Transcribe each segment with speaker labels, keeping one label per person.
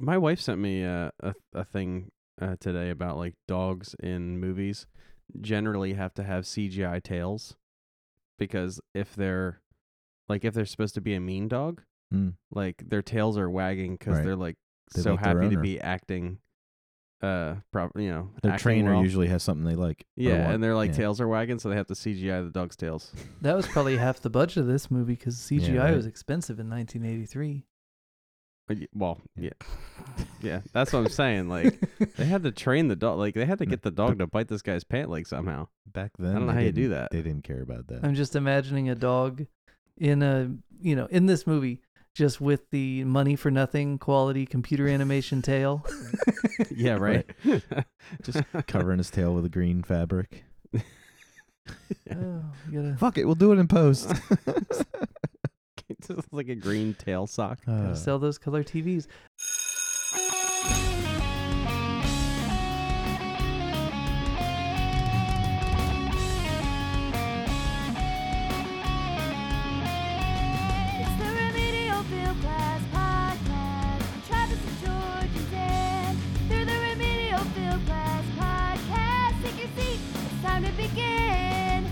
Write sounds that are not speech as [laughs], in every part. Speaker 1: My wife sent me a a, a thing uh, today about like dogs in movies generally have to have CGI tails because if they're like if they're supposed to be a mean dog,
Speaker 2: Mm.
Speaker 1: like their tails are wagging because
Speaker 2: Right.
Speaker 1: they're like
Speaker 2: They
Speaker 1: so
Speaker 2: like their
Speaker 1: happy to
Speaker 2: owner.
Speaker 1: be acting. Uh, probably you know
Speaker 2: Their
Speaker 1: acting
Speaker 2: trainer
Speaker 1: well.
Speaker 2: usually has something they like. or
Speaker 1: yeah,
Speaker 2: want.
Speaker 1: and their like
Speaker 2: yeah.
Speaker 1: tails are wagging, so they have to CGI the dog's tails.
Speaker 2: [laughs]
Speaker 3: That was probably half the budget of this movie because CGI
Speaker 2: right.
Speaker 3: was expensive in 1983.
Speaker 1: Uh, y- Well, yeah,
Speaker 2: Yeah. [laughs]
Speaker 1: yeah, that's what I'm
Speaker 3: [laughs]
Speaker 1: saying. Like they had to train the dog, like they had to
Speaker 2: Mm,
Speaker 1: get the
Speaker 2: but-
Speaker 1: dog to bite this guy's pant leg somehow.
Speaker 2: Back then,
Speaker 1: I don't know
Speaker 2: they
Speaker 1: how you do
Speaker 2: didn't-
Speaker 1: that.
Speaker 2: They didn't care about
Speaker 3: [laughs]
Speaker 2: that.
Speaker 3: I'm just imagining a dog in a, you know, in this movie, just with the money for nothing quality computer
Speaker 1: [laughs]
Speaker 3: animation tail.
Speaker 1: Yeah, right. [laughs]
Speaker 3: [laughs]
Speaker 2: Just Covering his tail with a green fabric.
Speaker 3: Oh, you gotta,
Speaker 2: Fuck it, we'll do it in post.
Speaker 1: Just like a green tail sock.
Speaker 3: gotta
Speaker 2: Uh,
Speaker 3: sell those color TVs.
Speaker 4: It's the Remedial Field Class Podcast. with Travis and George and Dan. They're the Remedial Field Class Podcast. Take your seat. It's time to begin.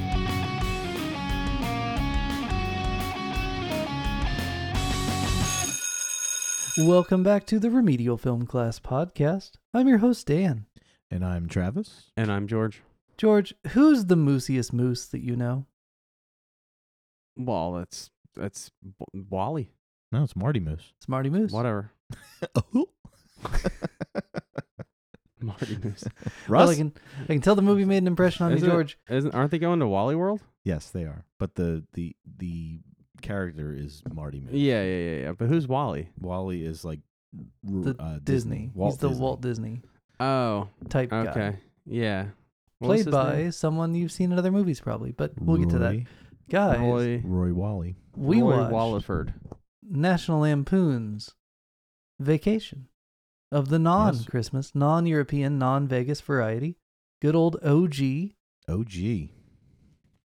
Speaker 3: Welcome back to the Remedial Film Class Podcast. I'm your host, Dan.
Speaker 2: [laughs] and I'm Travis.
Speaker 1: And I'm George.
Speaker 3: George, who's the moosiest moose that you know?
Speaker 1: Well, that's that's W- Wally.
Speaker 2: No, it's Marty Moose.
Speaker 3: It's Marty Moose.
Speaker 1: Whatever. [laughs]
Speaker 2: oh.
Speaker 1: Marty [laughs] Moose.
Speaker 3: Well, I
Speaker 2: Russ?
Speaker 3: can, I can tell the movie made an impression on you,
Speaker 1: Isn't it-
Speaker 3: George.
Speaker 1: Isn't aren't they going to Wally World?
Speaker 2: [laughs] Yes, they are. But the the the character is Marty Moose.
Speaker 1: Yeah, yeah, yeah, yeah. But who's Wally?
Speaker 2: Wally is like r-
Speaker 3: The
Speaker 2: uh,
Speaker 3: Disney.
Speaker 2: Walt
Speaker 3: He's the
Speaker 2: Disney.
Speaker 3: Walt Disney
Speaker 1: Oh,
Speaker 3: type guy.
Speaker 1: okay. Yeah. What was
Speaker 3: played
Speaker 1: his
Speaker 3: by
Speaker 1: name?
Speaker 3: someone you've seen in other movies, probably. But we'll get to that,
Speaker 2: Roy-
Speaker 3: guys.
Speaker 1: Roy,
Speaker 2: Roy Wally.
Speaker 3: we
Speaker 1: Roy
Speaker 3: watched
Speaker 1: Walliford.
Speaker 3: National Lampoon's Vacation of the non-Christmas, non-European, non-Vegas variety. Good old OG,
Speaker 2: OG.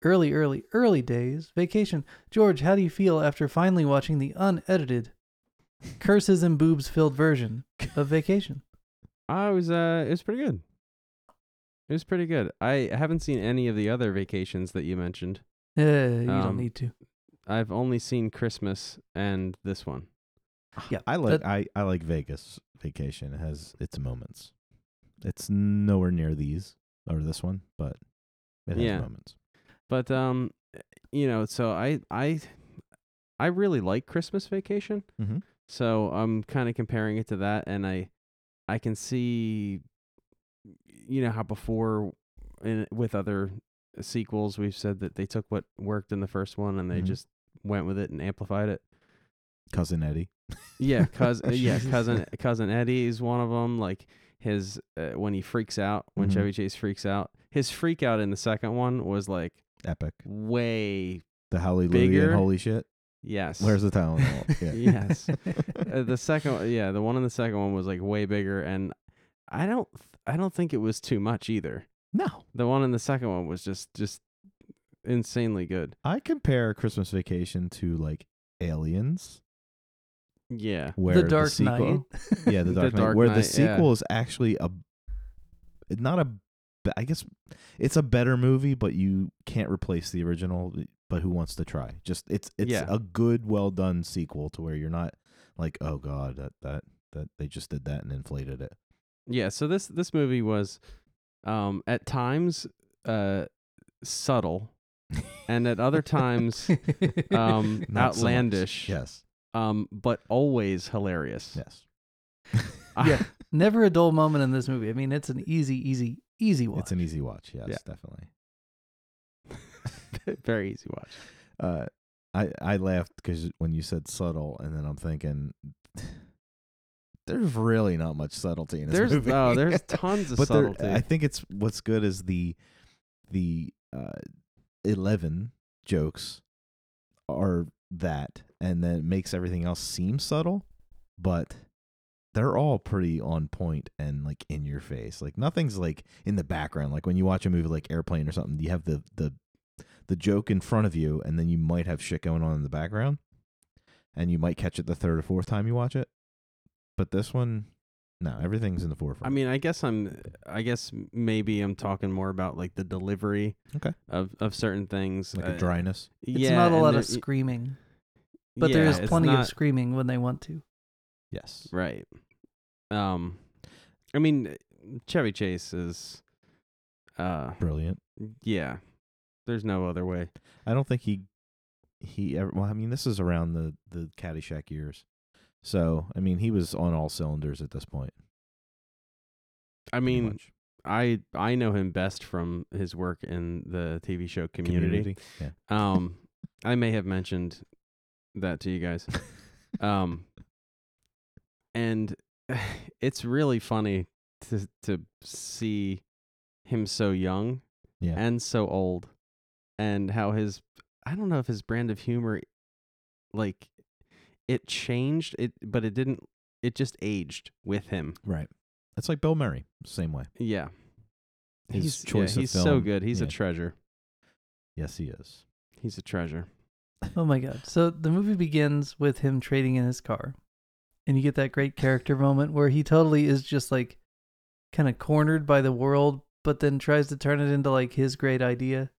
Speaker 3: early, early, early days Vacation. George, how do you feel after finally watching the unedited, curses and boobs filled version of Vacation? [laughs]
Speaker 1: I was uh it was pretty good. It was pretty good. I haven't seen any of the other vacations that you mentioned.
Speaker 3: Eh, you
Speaker 1: Um,
Speaker 3: don't need to.
Speaker 1: I've only seen Christmas and this one.
Speaker 3: Yeah,
Speaker 2: I like
Speaker 3: that-
Speaker 2: I, I like Vegas vacation. It has its moments. It's nowhere near these or this one, but it has
Speaker 1: Yeah.
Speaker 2: moments.
Speaker 1: But um you know, so I I I really like Christmas vacation.
Speaker 2: Mhm.
Speaker 1: So I'm kind of comparing it to that and I I can see you know how before in, with other sequels we've said that they took what worked in the first one and they
Speaker 2: Mhm.
Speaker 1: just went with it and amplified it.
Speaker 2: Cousin Eddie.
Speaker 1: Yeah, cousin. yeah,
Speaker 2: Jesus.
Speaker 1: cousin. Cousin Eddie is one of them. Like his uh, when he freaks out, when
Speaker 2: Mhm.
Speaker 1: Chevy Chase freaks out, his freak out in the second one was like
Speaker 2: Epic.
Speaker 1: way
Speaker 2: The hallelujah
Speaker 1: Bigger.
Speaker 2: and holy shit.
Speaker 1: yes.
Speaker 2: Where's the
Speaker 3: [laughs]
Speaker 2: Tylenol? [laughs] Yeah.
Speaker 1: yes? Uh, the second, one- yeah, the one in the second one was like way bigger, and I don't, th- I don't think it was too much either.
Speaker 2: No.
Speaker 1: The one in the second one was just, just insanely good.
Speaker 2: I compare Christmas vacation to like Aliens,
Speaker 1: Yeah,
Speaker 2: where
Speaker 3: the Dark
Speaker 2: sequel,
Speaker 3: Knight.
Speaker 2: yeah,
Speaker 1: [laughs]
Speaker 2: the
Speaker 1: The
Speaker 2: Dark Knight,
Speaker 1: Dark
Speaker 2: where
Speaker 1: Knight,
Speaker 2: the
Speaker 1: yeah.
Speaker 2: sequel is actually a not a b- I guess it's a better movie, but you can't replace the original. But who wants to try? Just it's it's
Speaker 1: Yeah.
Speaker 2: a good, well done sequel to where you're not like, oh god, that that that they just did that and inflated it.
Speaker 1: yeah. So this this movie was, um, at times, uh, subtle, and at other times.
Speaker 2: [laughs]
Speaker 3: [laughs]
Speaker 1: um,
Speaker 2: Not so much.
Speaker 1: outlandish,
Speaker 2: Yes,
Speaker 1: um, but always hilarious.
Speaker 2: yes,
Speaker 1: [laughs] I-
Speaker 3: Yeah. Never a dull moment in this movie. I mean, it's an easy, easy, easy watch.
Speaker 2: [laughs] it's an easy watch. Yes,
Speaker 1: Yeah.
Speaker 2: definitely.
Speaker 1: [laughs] very easy watch.
Speaker 2: uh, I I laughed because when you said subtle, and then I'm thinking there's really not much subtlety in this
Speaker 1: There's
Speaker 2: movie.
Speaker 1: oh,
Speaker 2: [laughs]
Speaker 1: there's tons of
Speaker 2: but there- uh,
Speaker 1: subtlety.
Speaker 2: I think it's what's good is the the uh, eleven jokes are that, and then it makes everything else seem subtle, but they're all pretty on point and like in your face. Like nothing's like in the background. Like when you watch a movie like Airplane or something, you have the the the joke in front of you, and then you might have shit going on in the background, and you might catch it the third or fourth time you watch it. but this one, no, everything's in the forefront.
Speaker 1: I mean, I guess I'm. I guess maybe I'm talking more about like the delivery
Speaker 2: Okay.
Speaker 1: of of certain things.
Speaker 2: like a
Speaker 1: Uh,
Speaker 2: dryness.
Speaker 3: It's
Speaker 1: yeah,
Speaker 3: not a
Speaker 1: and
Speaker 3: lot
Speaker 1: there-
Speaker 3: of screaming, but there
Speaker 1: yeah,
Speaker 3: is
Speaker 1: it's
Speaker 3: plenty
Speaker 1: not-
Speaker 3: of screaming when they want to.
Speaker 2: Yes.
Speaker 1: Right. Um, I mean, Chevy Chase is. Uh,
Speaker 2: Brilliant.
Speaker 1: yeah. There's no other way.
Speaker 2: I don't think he he ever. Well, I mean, this is around the the Caddyshack years, so I mean, he was on all cylinders at this point.
Speaker 1: I mean, I I know him best from his work in the TV show Community.
Speaker 2: Yeah.
Speaker 1: Um, I may have mentioned that to you guys. [laughs]
Speaker 2: [laughs]
Speaker 1: Um, and [sighs] it's really funny to to see him so young
Speaker 2: Yeah.
Speaker 1: and so old, and how his I don't know if his brand of humor, like, it changed it, but it didn't. It just aged with him.
Speaker 2: right. That's like Bill Murray, same way.
Speaker 1: Yeah,
Speaker 2: His
Speaker 1: he's yeah,
Speaker 2: choice of
Speaker 1: he's so
Speaker 2: film,
Speaker 1: good. He's a
Speaker 2: yeah.
Speaker 1: treasure.
Speaker 2: Yes, he is.
Speaker 1: He's a
Speaker 2: [laughs]
Speaker 1: treasure.
Speaker 3: Oh my god. So the movie begins with him trading in his car. And you get that great character moment where he totally is just like kind of cornered by the world, but then tries to turn it into like his great idea.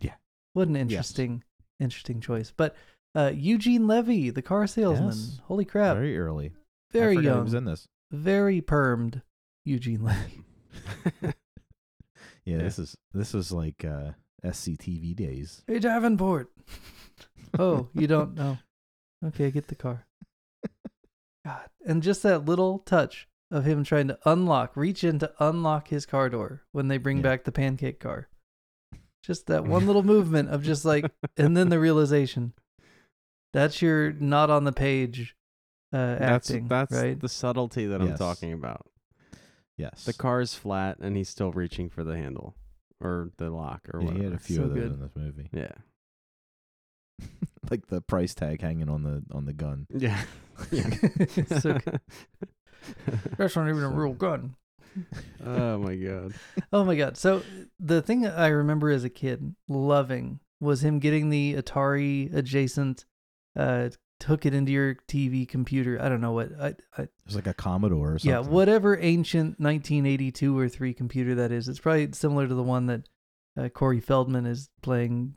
Speaker 2: Yeah.
Speaker 3: What an interesting, interesting choice. But uh, Eugene Levy, the car salesman.
Speaker 2: Yes.
Speaker 3: Holy crap. Very,
Speaker 2: Very early. I forgot He was
Speaker 3: young,
Speaker 2: in this.
Speaker 3: very permed Eugene Levy.
Speaker 2: Yeah,
Speaker 1: Yeah.
Speaker 2: This is this is like uh, SCTV days.
Speaker 3: Hey, Davenport. [laughs] Oh, you don't know. Okay, get the car. God. And just that little touch of him trying to unlock, reach in to unlock his car door when they bring
Speaker 2: Yeah.
Speaker 3: back the pancake car. Just that [laughs] one little movement of just like, and then the realization that's your not on the page uh,
Speaker 1: [laughs] that's
Speaker 3: acting.
Speaker 1: that's
Speaker 3: right?
Speaker 1: the subtlety that I'm
Speaker 2: Yes.
Speaker 1: talking about.
Speaker 2: [laughs] Yes.
Speaker 1: The car's flat and he's still reaching for the handle or the lock or
Speaker 2: Yeah,
Speaker 1: whatever.
Speaker 2: he had a few
Speaker 3: So
Speaker 2: of those
Speaker 3: good.
Speaker 2: in this movie. [laughs]
Speaker 1: yeah.
Speaker 2: like the price tag hanging on the on the gun.
Speaker 1: Yeah. [laughs]
Speaker 3: [laughs] So good.
Speaker 2: [laughs]
Speaker 3: that's not even a
Speaker 2: So
Speaker 3: real
Speaker 2: good.
Speaker 3: gun.
Speaker 1: oh my [laughs] god.
Speaker 3: Oh my god! So the thing I remember as a kid loving was him getting the Atari adjacent, uh, took it into your TV computer. I don't know what I, I
Speaker 2: It's like a Commodore or something.
Speaker 3: yeah, whatever ancient 1982 or three computer that is. It's probably similar to the one that uh, Corey Feldman is playing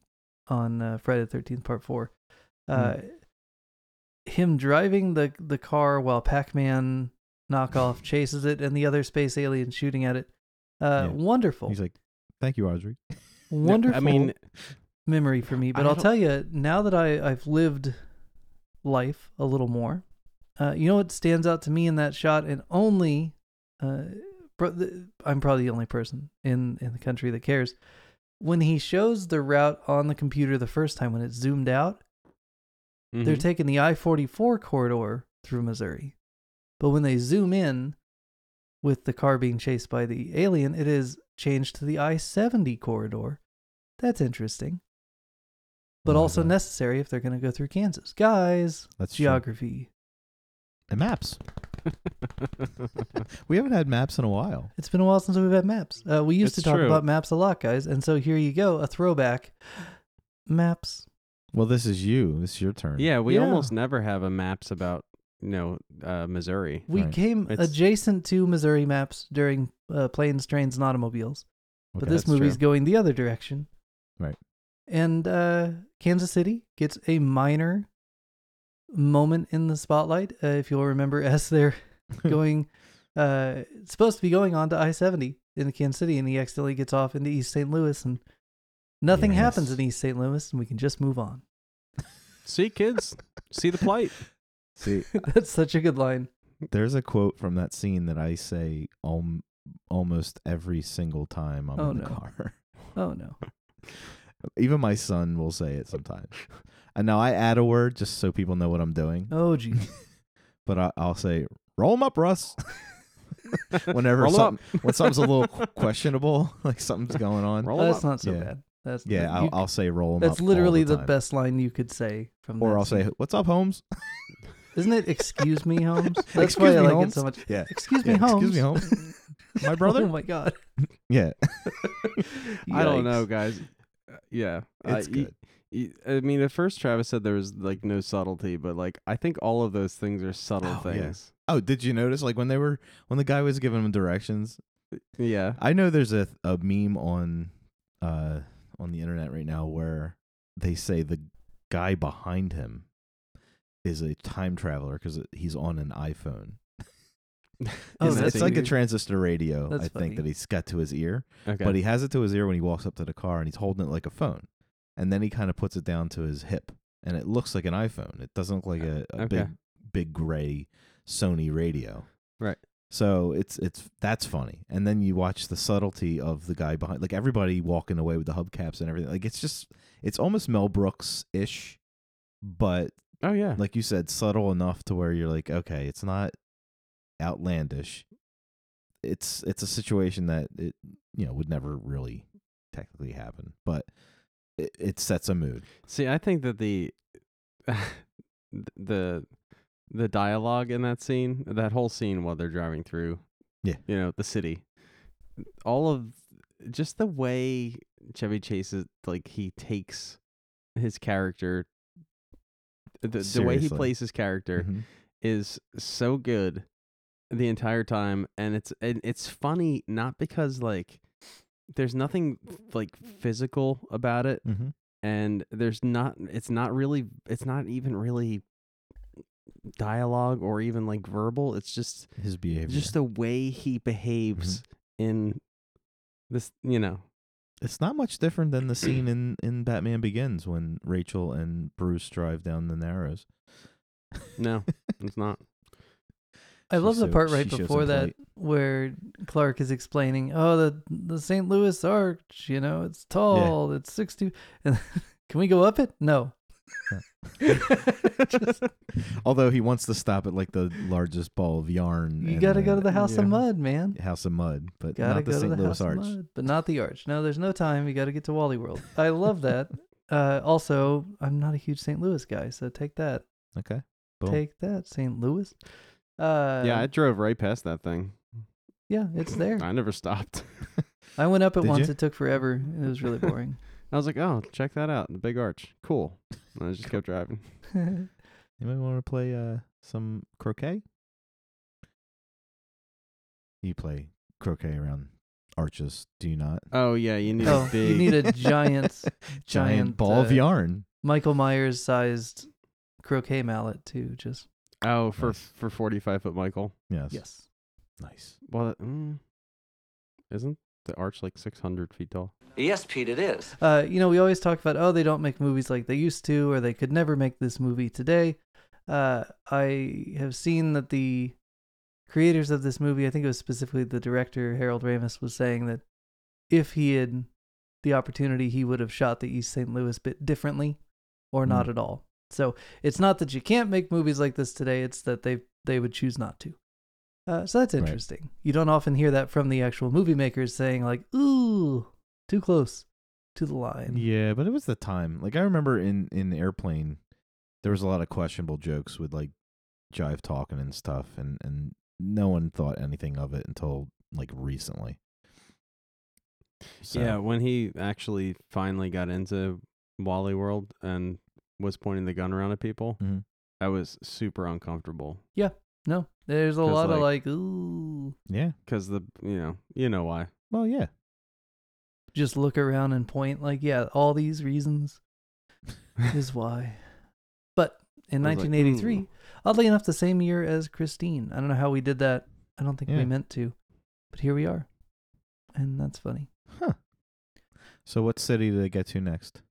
Speaker 3: on uh, Friday the 13th Part Four.
Speaker 2: Hmm.
Speaker 3: Uh, Him driving the the car while Pac Man
Speaker 2: [laughs]
Speaker 3: knockoff chases it, and the other space alien shooting at it. Uh,
Speaker 2: Yeah.
Speaker 3: Wonderful
Speaker 2: He's like, "Thank you, Audrey."
Speaker 3: wonderful
Speaker 1: I mean,
Speaker 3: memory for me. But
Speaker 1: I
Speaker 3: I'll
Speaker 1: don't-
Speaker 3: tell you, now that I, I've lived life a little more, uh, you know what stands out to me in that shot, and only uh, pro- the- I'm probably the only person in, in the country that cares. When he shows the route on the computer the first time, when it's zoomed out, they're
Speaker 1: mhm.
Speaker 3: taking the I 44 corridor through Missouri. But when they zoom in with the car being chased by the alien, it is changed to the I 70 corridor. That's interesting, but
Speaker 2: Oh,
Speaker 3: also
Speaker 1: Mm.
Speaker 2: yeah.
Speaker 3: necessary if they're going to go through Kansas. Guys,
Speaker 2: That's true.
Speaker 3: geography.
Speaker 2: And maps. [laughs] We haven't had maps in a while.
Speaker 3: It's been a while since we've had maps. Uh, we used
Speaker 1: It's
Speaker 3: to talk
Speaker 1: true.
Speaker 3: about maps a lot, guys. And so here you go a throwback maps.
Speaker 2: Well, this is you. This is your
Speaker 1: [laughs]
Speaker 2: turn.
Speaker 1: yeah, we
Speaker 3: Yeah.
Speaker 1: almost never have a maps about you know uh, Missouri.
Speaker 3: We
Speaker 2: Right.
Speaker 3: came
Speaker 1: It's-
Speaker 3: adjacent to Missouri maps during uh, planes, trains, and automobiles. but
Speaker 2: Okay.
Speaker 3: this
Speaker 1: that's
Speaker 3: movie's
Speaker 1: true.
Speaker 3: going the other direction.
Speaker 2: Right.
Speaker 3: And uh, Kansas City gets a minor moment in the spotlight. Uh, if you'll remember, [laughs]
Speaker 2: [laughs]
Speaker 3: as they're going, uh, it's supposed to be going on to I 70 in Kansas City, and he accidentally gets off into East St. Louis, and nothing happens
Speaker 2: Yes.
Speaker 3: in East St. Louis, and we can just move on. [laughs]
Speaker 1: [laughs] See kids, see the plight.
Speaker 2: See,
Speaker 3: That's such a good line.
Speaker 2: there's a quote from that scene that I say alm almost every single time I'm
Speaker 3: Oh,
Speaker 2: in the
Speaker 3: no.
Speaker 2: car. [laughs]
Speaker 3: Oh, no.
Speaker 2: Even my son will say it sometimes. and now I add a word just so people know what I'm doing.
Speaker 3: Oh,
Speaker 2: [laughs]
Speaker 3: gee.
Speaker 2: But I, I'll say, "Roll 'em up, Russ." [laughs] Whenever
Speaker 1: Roll 'em
Speaker 2: something, when something's a little questionable, like something's going on.
Speaker 1: Roll 'em
Speaker 3: That's
Speaker 1: up.
Speaker 3: not so
Speaker 2: Yeah.
Speaker 3: bad. That's
Speaker 2: yeah,
Speaker 3: you
Speaker 2: I'll,
Speaker 3: c-
Speaker 2: I'll say roll 'em up.
Speaker 3: that's
Speaker 2: all
Speaker 3: literally
Speaker 2: the,
Speaker 3: the,
Speaker 2: time.
Speaker 3: best line you could say from
Speaker 2: Or
Speaker 3: that
Speaker 2: I'll say,
Speaker 3: scene.
Speaker 2: "What's up, Holmes?"
Speaker 3: Isn't it excuse
Speaker 2: [laughs]
Speaker 3: me, Holmes? That's
Speaker 2: Excuse
Speaker 3: why
Speaker 2: me,
Speaker 3: I like it
Speaker 2: Holmes.
Speaker 3: so much.
Speaker 2: Yeah.
Speaker 3: Excuse me,
Speaker 2: Yeah,
Speaker 3: Holmes.
Speaker 2: Excuse me, Holmes.
Speaker 3: [laughs]
Speaker 2: My
Speaker 3: Oh
Speaker 2: brother?
Speaker 3: my god.
Speaker 2: yeah.
Speaker 1: [laughs] I don't know,
Speaker 3: Yikes.
Speaker 1: guys. Uh, yeah, Uh,
Speaker 2: [laughs] It's
Speaker 1: y-
Speaker 2: good.
Speaker 1: y- I mean, at first Travis said there was like no subtlety, but like I think all of those things are subtle
Speaker 2: Oh, yeah.
Speaker 1: things.
Speaker 2: Oh, did you notice like when they were when the guy was giving them directions?
Speaker 1: Yeah.
Speaker 2: I know there's a a meme on uh on the internet right now where they say the guy behind him is a time traveler because he's on an iPhone.
Speaker 3: Oh,
Speaker 2: it's,
Speaker 3: that's
Speaker 2: it's like a
Speaker 3: weird.
Speaker 2: transistor radio,
Speaker 3: That's
Speaker 2: I
Speaker 3: funny.
Speaker 2: think, that he's got to his ear.
Speaker 1: okay.
Speaker 2: But he has it to his ear when he walks up to the car and he's holding it like a phone. And then he kind of puts it down to his hip and it looks like an iPhone. It doesn't look like a, a
Speaker 1: Uh, Okay.
Speaker 2: big big gray Sony radio.
Speaker 1: Right.
Speaker 2: So it's it's that's funny. And then you watch the subtlety of the guy behind like everybody walking away with the hubcaps and everything. Like it's just it's almost Mel Brooks ish, but
Speaker 1: oh yeah.
Speaker 2: like you said, subtle enough to where you're like, okay, it's not outlandish. It's it's a situation that it you know would never really technically happen, but it, it sets a mood.
Speaker 1: See, I think that the [laughs] the the dialogue in that scene, that whole scene while they're driving through,
Speaker 2: Yeah.
Speaker 1: you know, the city, all of just the way Chevy Chase is like he takes his character, the, the way he
Speaker 2: Seriously.
Speaker 1: plays his character
Speaker 2: Mhm.
Speaker 1: is so good the entire time, and it's and it's funny not because like there's nothing like physical about it
Speaker 2: Mhm.
Speaker 1: and there's not it's not really it's not even really dialogue or even like verbal it's just
Speaker 2: His behavior,
Speaker 1: just the way he behaves in this you know
Speaker 2: it's not much different than the
Speaker 3: [clears throat]
Speaker 2: scene in in Batman Begins when Rachel and Bruce drive down the Narrows.
Speaker 1: no it's not
Speaker 3: I
Speaker 2: She
Speaker 3: love the
Speaker 2: show-
Speaker 3: part right
Speaker 2: she shows
Speaker 3: before
Speaker 2: some plight.
Speaker 3: that where Clark is explaining, "Oh, the the St. Louis Arch, you know, it's tall, it's sixty, [laughs] and can we go up it? No, [laughs]
Speaker 2: Although he wants to stop at like the largest ball of yarn.
Speaker 3: you
Speaker 2: and
Speaker 3: got to go to the House
Speaker 1: yeah.
Speaker 3: of Mud, man.
Speaker 2: House of Mud, but
Speaker 3: Gotta
Speaker 2: not the
Speaker 3: go
Speaker 2: St.
Speaker 3: to the
Speaker 2: Louis
Speaker 3: House of
Speaker 2: Arch.
Speaker 3: Mud, but not the Arch. No, there's no time. You got to get to Wally World.
Speaker 2: [laughs]
Speaker 3: I love that. Uh, also, I'm not a huge St. Louis guy, so take that,
Speaker 2: Okay. Boom.
Speaker 3: take that, St. Louis. Uh,
Speaker 1: [laughs] yeah i drove right past that thing
Speaker 3: yeah,
Speaker 2: [laughs]
Speaker 3: it's there.
Speaker 1: i never stopped [laughs]
Speaker 3: I went up it
Speaker 2: Did
Speaker 3: once.
Speaker 2: you?
Speaker 3: It took forever. It was
Speaker 2: [laughs]
Speaker 3: really boring.
Speaker 1: i was like oh check that out the big arch cool and i just kept driving
Speaker 2: Anybody want to play uh some croquet? You play croquet around arches, do you not?
Speaker 1: oh yeah you need
Speaker 3: Oh,
Speaker 1: a
Speaker 3: you
Speaker 1: big
Speaker 3: need a giant-
Speaker 2: giant,
Speaker 3: giant,
Speaker 2: ball of
Speaker 3: uh,
Speaker 2: yarn.
Speaker 3: Michael Myers sized croquet mallet too. Just
Speaker 1: [laughs] oh for
Speaker 2: Nice.
Speaker 1: for 45 foot michael
Speaker 2: Yes.
Speaker 3: yes.
Speaker 2: Nice.
Speaker 1: well that, mm, isn't the arch like 600 feet tall
Speaker 5: Yes, Pete, it is.
Speaker 3: Uh, you know, we always talk about oh, they don't make movies like they used to, or they could never make this movie today. Uh, I have seen that the creators of this movie, I think it was specifically the director Harold Ramis, was saying that if he had the opportunity, he would have shot the East St. Louis bit differently, or not
Speaker 2: Mm.
Speaker 3: at all. So it's not that you can't make movies like this today; it's that they they would choose not to. Uh, so that's
Speaker 2: Right.
Speaker 3: interesting. You don't often hear that from the actual movie makers saying like, "Ooh, too close to the line."
Speaker 2: Yeah, but it was the time. Like I remember in in airplane, there was a lot of questionable jokes with like jive talking and stuff, and and no one thought anything of it until like recently. So,
Speaker 1: Yeah, when he actually finally got into Wally World and was pointing the gun around at people,
Speaker 2: Mhm.
Speaker 1: I was super uncomfortable
Speaker 3: No, there's a
Speaker 1: 'Cause,
Speaker 3: lot of
Speaker 1: like-
Speaker 3: like, "Ooh,
Speaker 2: Yeah.
Speaker 1: because the you know you know [laughs] why.
Speaker 2: Well, yeah.
Speaker 3: just look around and point." Like, yeah, all these reasons is why. But in
Speaker 1: I was like,
Speaker 3: 1983,
Speaker 1: "Ooh."
Speaker 3: oddly enough, the same year as Christine. I don't know how we did that. I don't think we
Speaker 2: Yeah.
Speaker 3: meant to, but here we are, and that's funny.
Speaker 2: So what city do they get to next?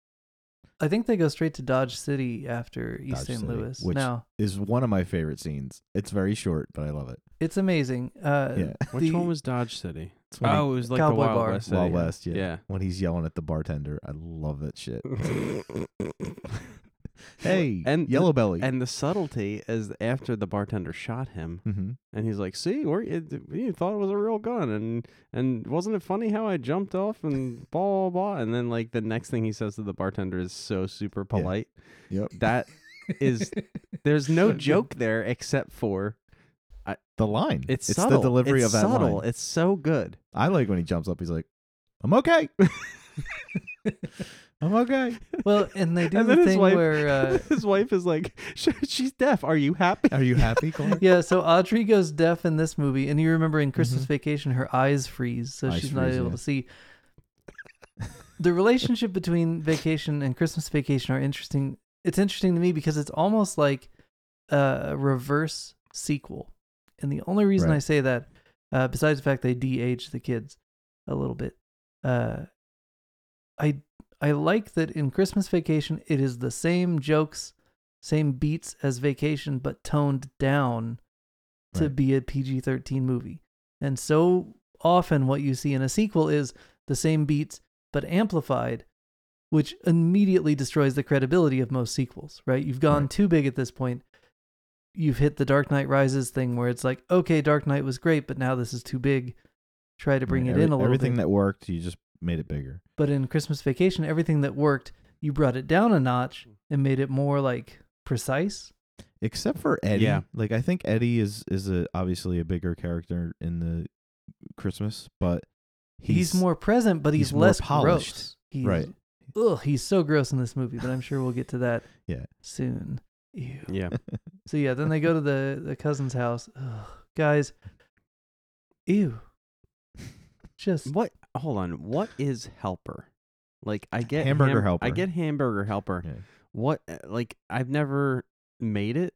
Speaker 3: I think they go straight to Dodge City after East
Speaker 2: Dodge
Speaker 3: St.
Speaker 2: City,
Speaker 3: Louis.
Speaker 2: which-
Speaker 3: now
Speaker 2: Is one of my favorite scenes. It's very short, but I love it.
Speaker 3: it's amazing. Uh,
Speaker 2: yeah. [laughs]
Speaker 1: Which
Speaker 3: the-
Speaker 1: one was Dodge City?
Speaker 2: It's when he-
Speaker 1: Oh, it was like the
Speaker 3: Cowboy
Speaker 1: Wild
Speaker 3: Bar.
Speaker 1: West. City.
Speaker 2: Wild West, yeah.
Speaker 1: Yeah.
Speaker 2: When he's yelling at the bartender. I love that shit. hey,
Speaker 1: and
Speaker 2: and yellow belly.
Speaker 1: and the subtlety is after the bartender shot him,
Speaker 2: mm-hmm.
Speaker 1: and he's like, "See, or you, you thought it was a real gun, and and wasn't it funny how I jumped off and [laughs] blah blah blah?" And then like the next thing he says to the bartender is so super polite.
Speaker 2: Yep.
Speaker 1: That
Speaker 2: [laughs]
Speaker 1: is There's no
Speaker 3: So good.
Speaker 1: joke there except for
Speaker 2: The line.
Speaker 1: it's,
Speaker 2: it's
Speaker 1: subtle.
Speaker 2: the delivery
Speaker 1: It's
Speaker 2: of that
Speaker 1: subtle.
Speaker 2: line.
Speaker 1: It's so good.
Speaker 2: I like when he jumps up. He's like, "I'm okay." I'm okay.
Speaker 3: Well,
Speaker 1: [laughs]
Speaker 3: and they do
Speaker 1: And
Speaker 3: the
Speaker 1: then his
Speaker 3: thing
Speaker 1: wife-
Speaker 3: where uh,
Speaker 1: His wife is like, [laughs] "Sh- she's deaf. Are you happy?
Speaker 2: Are you happy, Clark?
Speaker 3: [laughs] yeah, so Audrey goes deaf in this movie, and you remember in Christmas
Speaker 2: Mhm.
Speaker 3: Vacation, her eyes freeze, so
Speaker 2: Eyes
Speaker 3: she's not
Speaker 2: freeze,
Speaker 3: able
Speaker 2: yeah.
Speaker 3: to see. the relationship between Vacation and Christmas Vacation are interesting. It's interesting to me because it's almost like a reverse sequel, and the only reason
Speaker 2: Right.
Speaker 3: I say that, uh, besides the fact they de-age the kids a little bit, uh, I I like that in Christmas Vacation it is the same jokes, same beats as Vacation, but toned down to
Speaker 2: Right.
Speaker 3: be a PG thirteen movie. And so often what you see in a sequel is the same beats but amplified, which immediately destroys the credibility of most sequels. Right? You've gone
Speaker 2: Right.
Speaker 3: too big at this point. You've hit the Dark Knight Rises thing where it's like, okay, Dark Knight was great, but now this is too big. Try to bring
Speaker 2: Yeah,
Speaker 3: it
Speaker 2: every-
Speaker 3: in a little
Speaker 2: Everything
Speaker 3: bit.
Speaker 2: that worked, you just made it bigger.
Speaker 3: But in Christmas Vacation, everything that worked, you brought it down a notch and made it more like precise.
Speaker 2: Except for Eddie.
Speaker 1: Yeah.
Speaker 2: Like I think Eddie is is a obviously a bigger character in the Christmas, but
Speaker 3: He's,
Speaker 2: he's,
Speaker 3: more present, but he's,
Speaker 2: he's more
Speaker 3: less
Speaker 2: polished.
Speaker 3: gross. He's,
Speaker 2: right.
Speaker 3: Ugh, he's so gross in this movie, but I'm sure we'll get to that
Speaker 2: Yeah.
Speaker 3: soon. Ew.
Speaker 1: [laughs] Yeah.
Speaker 3: So yeah, then they go to the the cousin's house. Ugh, guys, ew. Just
Speaker 1: What? Hold on. What is helper? Like I get
Speaker 2: Hamburger
Speaker 1: I
Speaker 2: helper.
Speaker 1: get hamburger helper.
Speaker 2: Yeah.
Speaker 1: What? uh, Like I've never made it,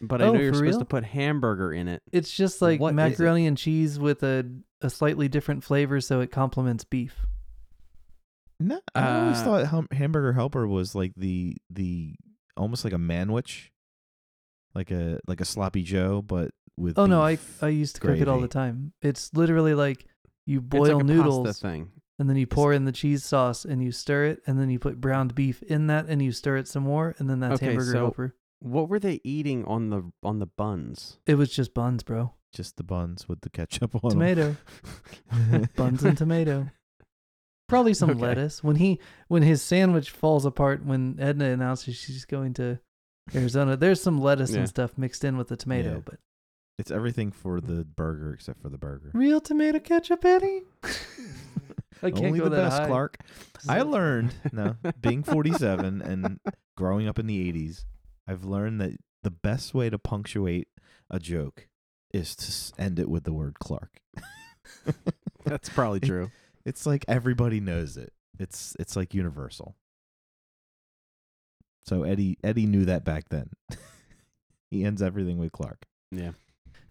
Speaker 1: but I
Speaker 3: Oh,
Speaker 1: know you're
Speaker 3: for
Speaker 1: supposed
Speaker 3: real?
Speaker 1: to put hamburger in it.
Speaker 3: it's just like
Speaker 1: What is it?
Speaker 3: macaroni and cheese with a a slightly different flavor, so it complements beef.
Speaker 2: No, I always
Speaker 1: Uh,
Speaker 2: thought hum- hamburger helper was like the the almost like a manwich, like a like a sloppy Joe, but with
Speaker 3: Oh no, I
Speaker 2: beef.
Speaker 3: I used to cook it all the
Speaker 2: gravy.
Speaker 3: time. It's literally like you
Speaker 1: it's
Speaker 3: boil
Speaker 1: like a
Speaker 3: noodles
Speaker 1: pasta thing.
Speaker 3: and then you pour in the cheese sauce and you stir it and then you put browned beef in that and you stir it some more and then that's
Speaker 1: Okay,
Speaker 3: hamburger
Speaker 1: so-
Speaker 3: helper.
Speaker 1: What were they eating on the on the buns?
Speaker 3: It was just buns, bro.
Speaker 2: just the buns with the ketchup on 'em. [laughs]
Speaker 3: Tomato, buns and tomato. Probably some
Speaker 1: Okay.
Speaker 3: lettuce. When he when his sandwich falls apart when Edna announces she's going to Arizona, there's some lettuce
Speaker 1: Yeah.
Speaker 3: and stuff mixed in with the tomato,
Speaker 2: Yeah.
Speaker 3: but
Speaker 2: [laughs] it's everything for the burger except for the burger.
Speaker 3: real tomato
Speaker 2: [laughs]
Speaker 3: ketchup, Eddie. I can't
Speaker 2: Only
Speaker 3: go
Speaker 2: the
Speaker 3: that
Speaker 2: best,
Speaker 3: high.
Speaker 2: Clark. I learned no being 47 [laughs] and growing up in the 80s, I've learned that the best way to punctuate a joke is to s- end it with the word Clark.
Speaker 1: That's [laughs] probably
Speaker 2: It-
Speaker 1: true.
Speaker 2: It's like everybody knows it. It's it's like universal. So Eddie Eddie knew that back then. [laughs] he ends everything with Clark.
Speaker 1: Yeah.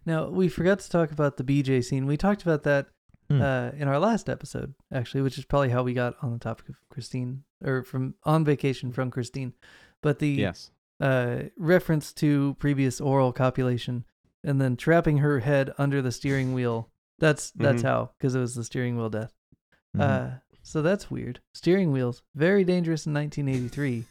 Speaker 3: Now we forgot to talk about the BJ scene. We talked about that
Speaker 2: Hmm.
Speaker 3: uh, in our last episode, actually, which is probably how we got on the topic of Christine or from on vacation from Christine. But the
Speaker 1: Yes.
Speaker 3: uh, reference to previous oral copulation and then trapping her head under the steering wheel. That's that's
Speaker 1: Mhm.
Speaker 3: how because it was the steering wheel death.
Speaker 1: Mm-hmm.
Speaker 2: Mhm.
Speaker 3: Uh, so that's weird. Steering wheels very dangerous in 1983.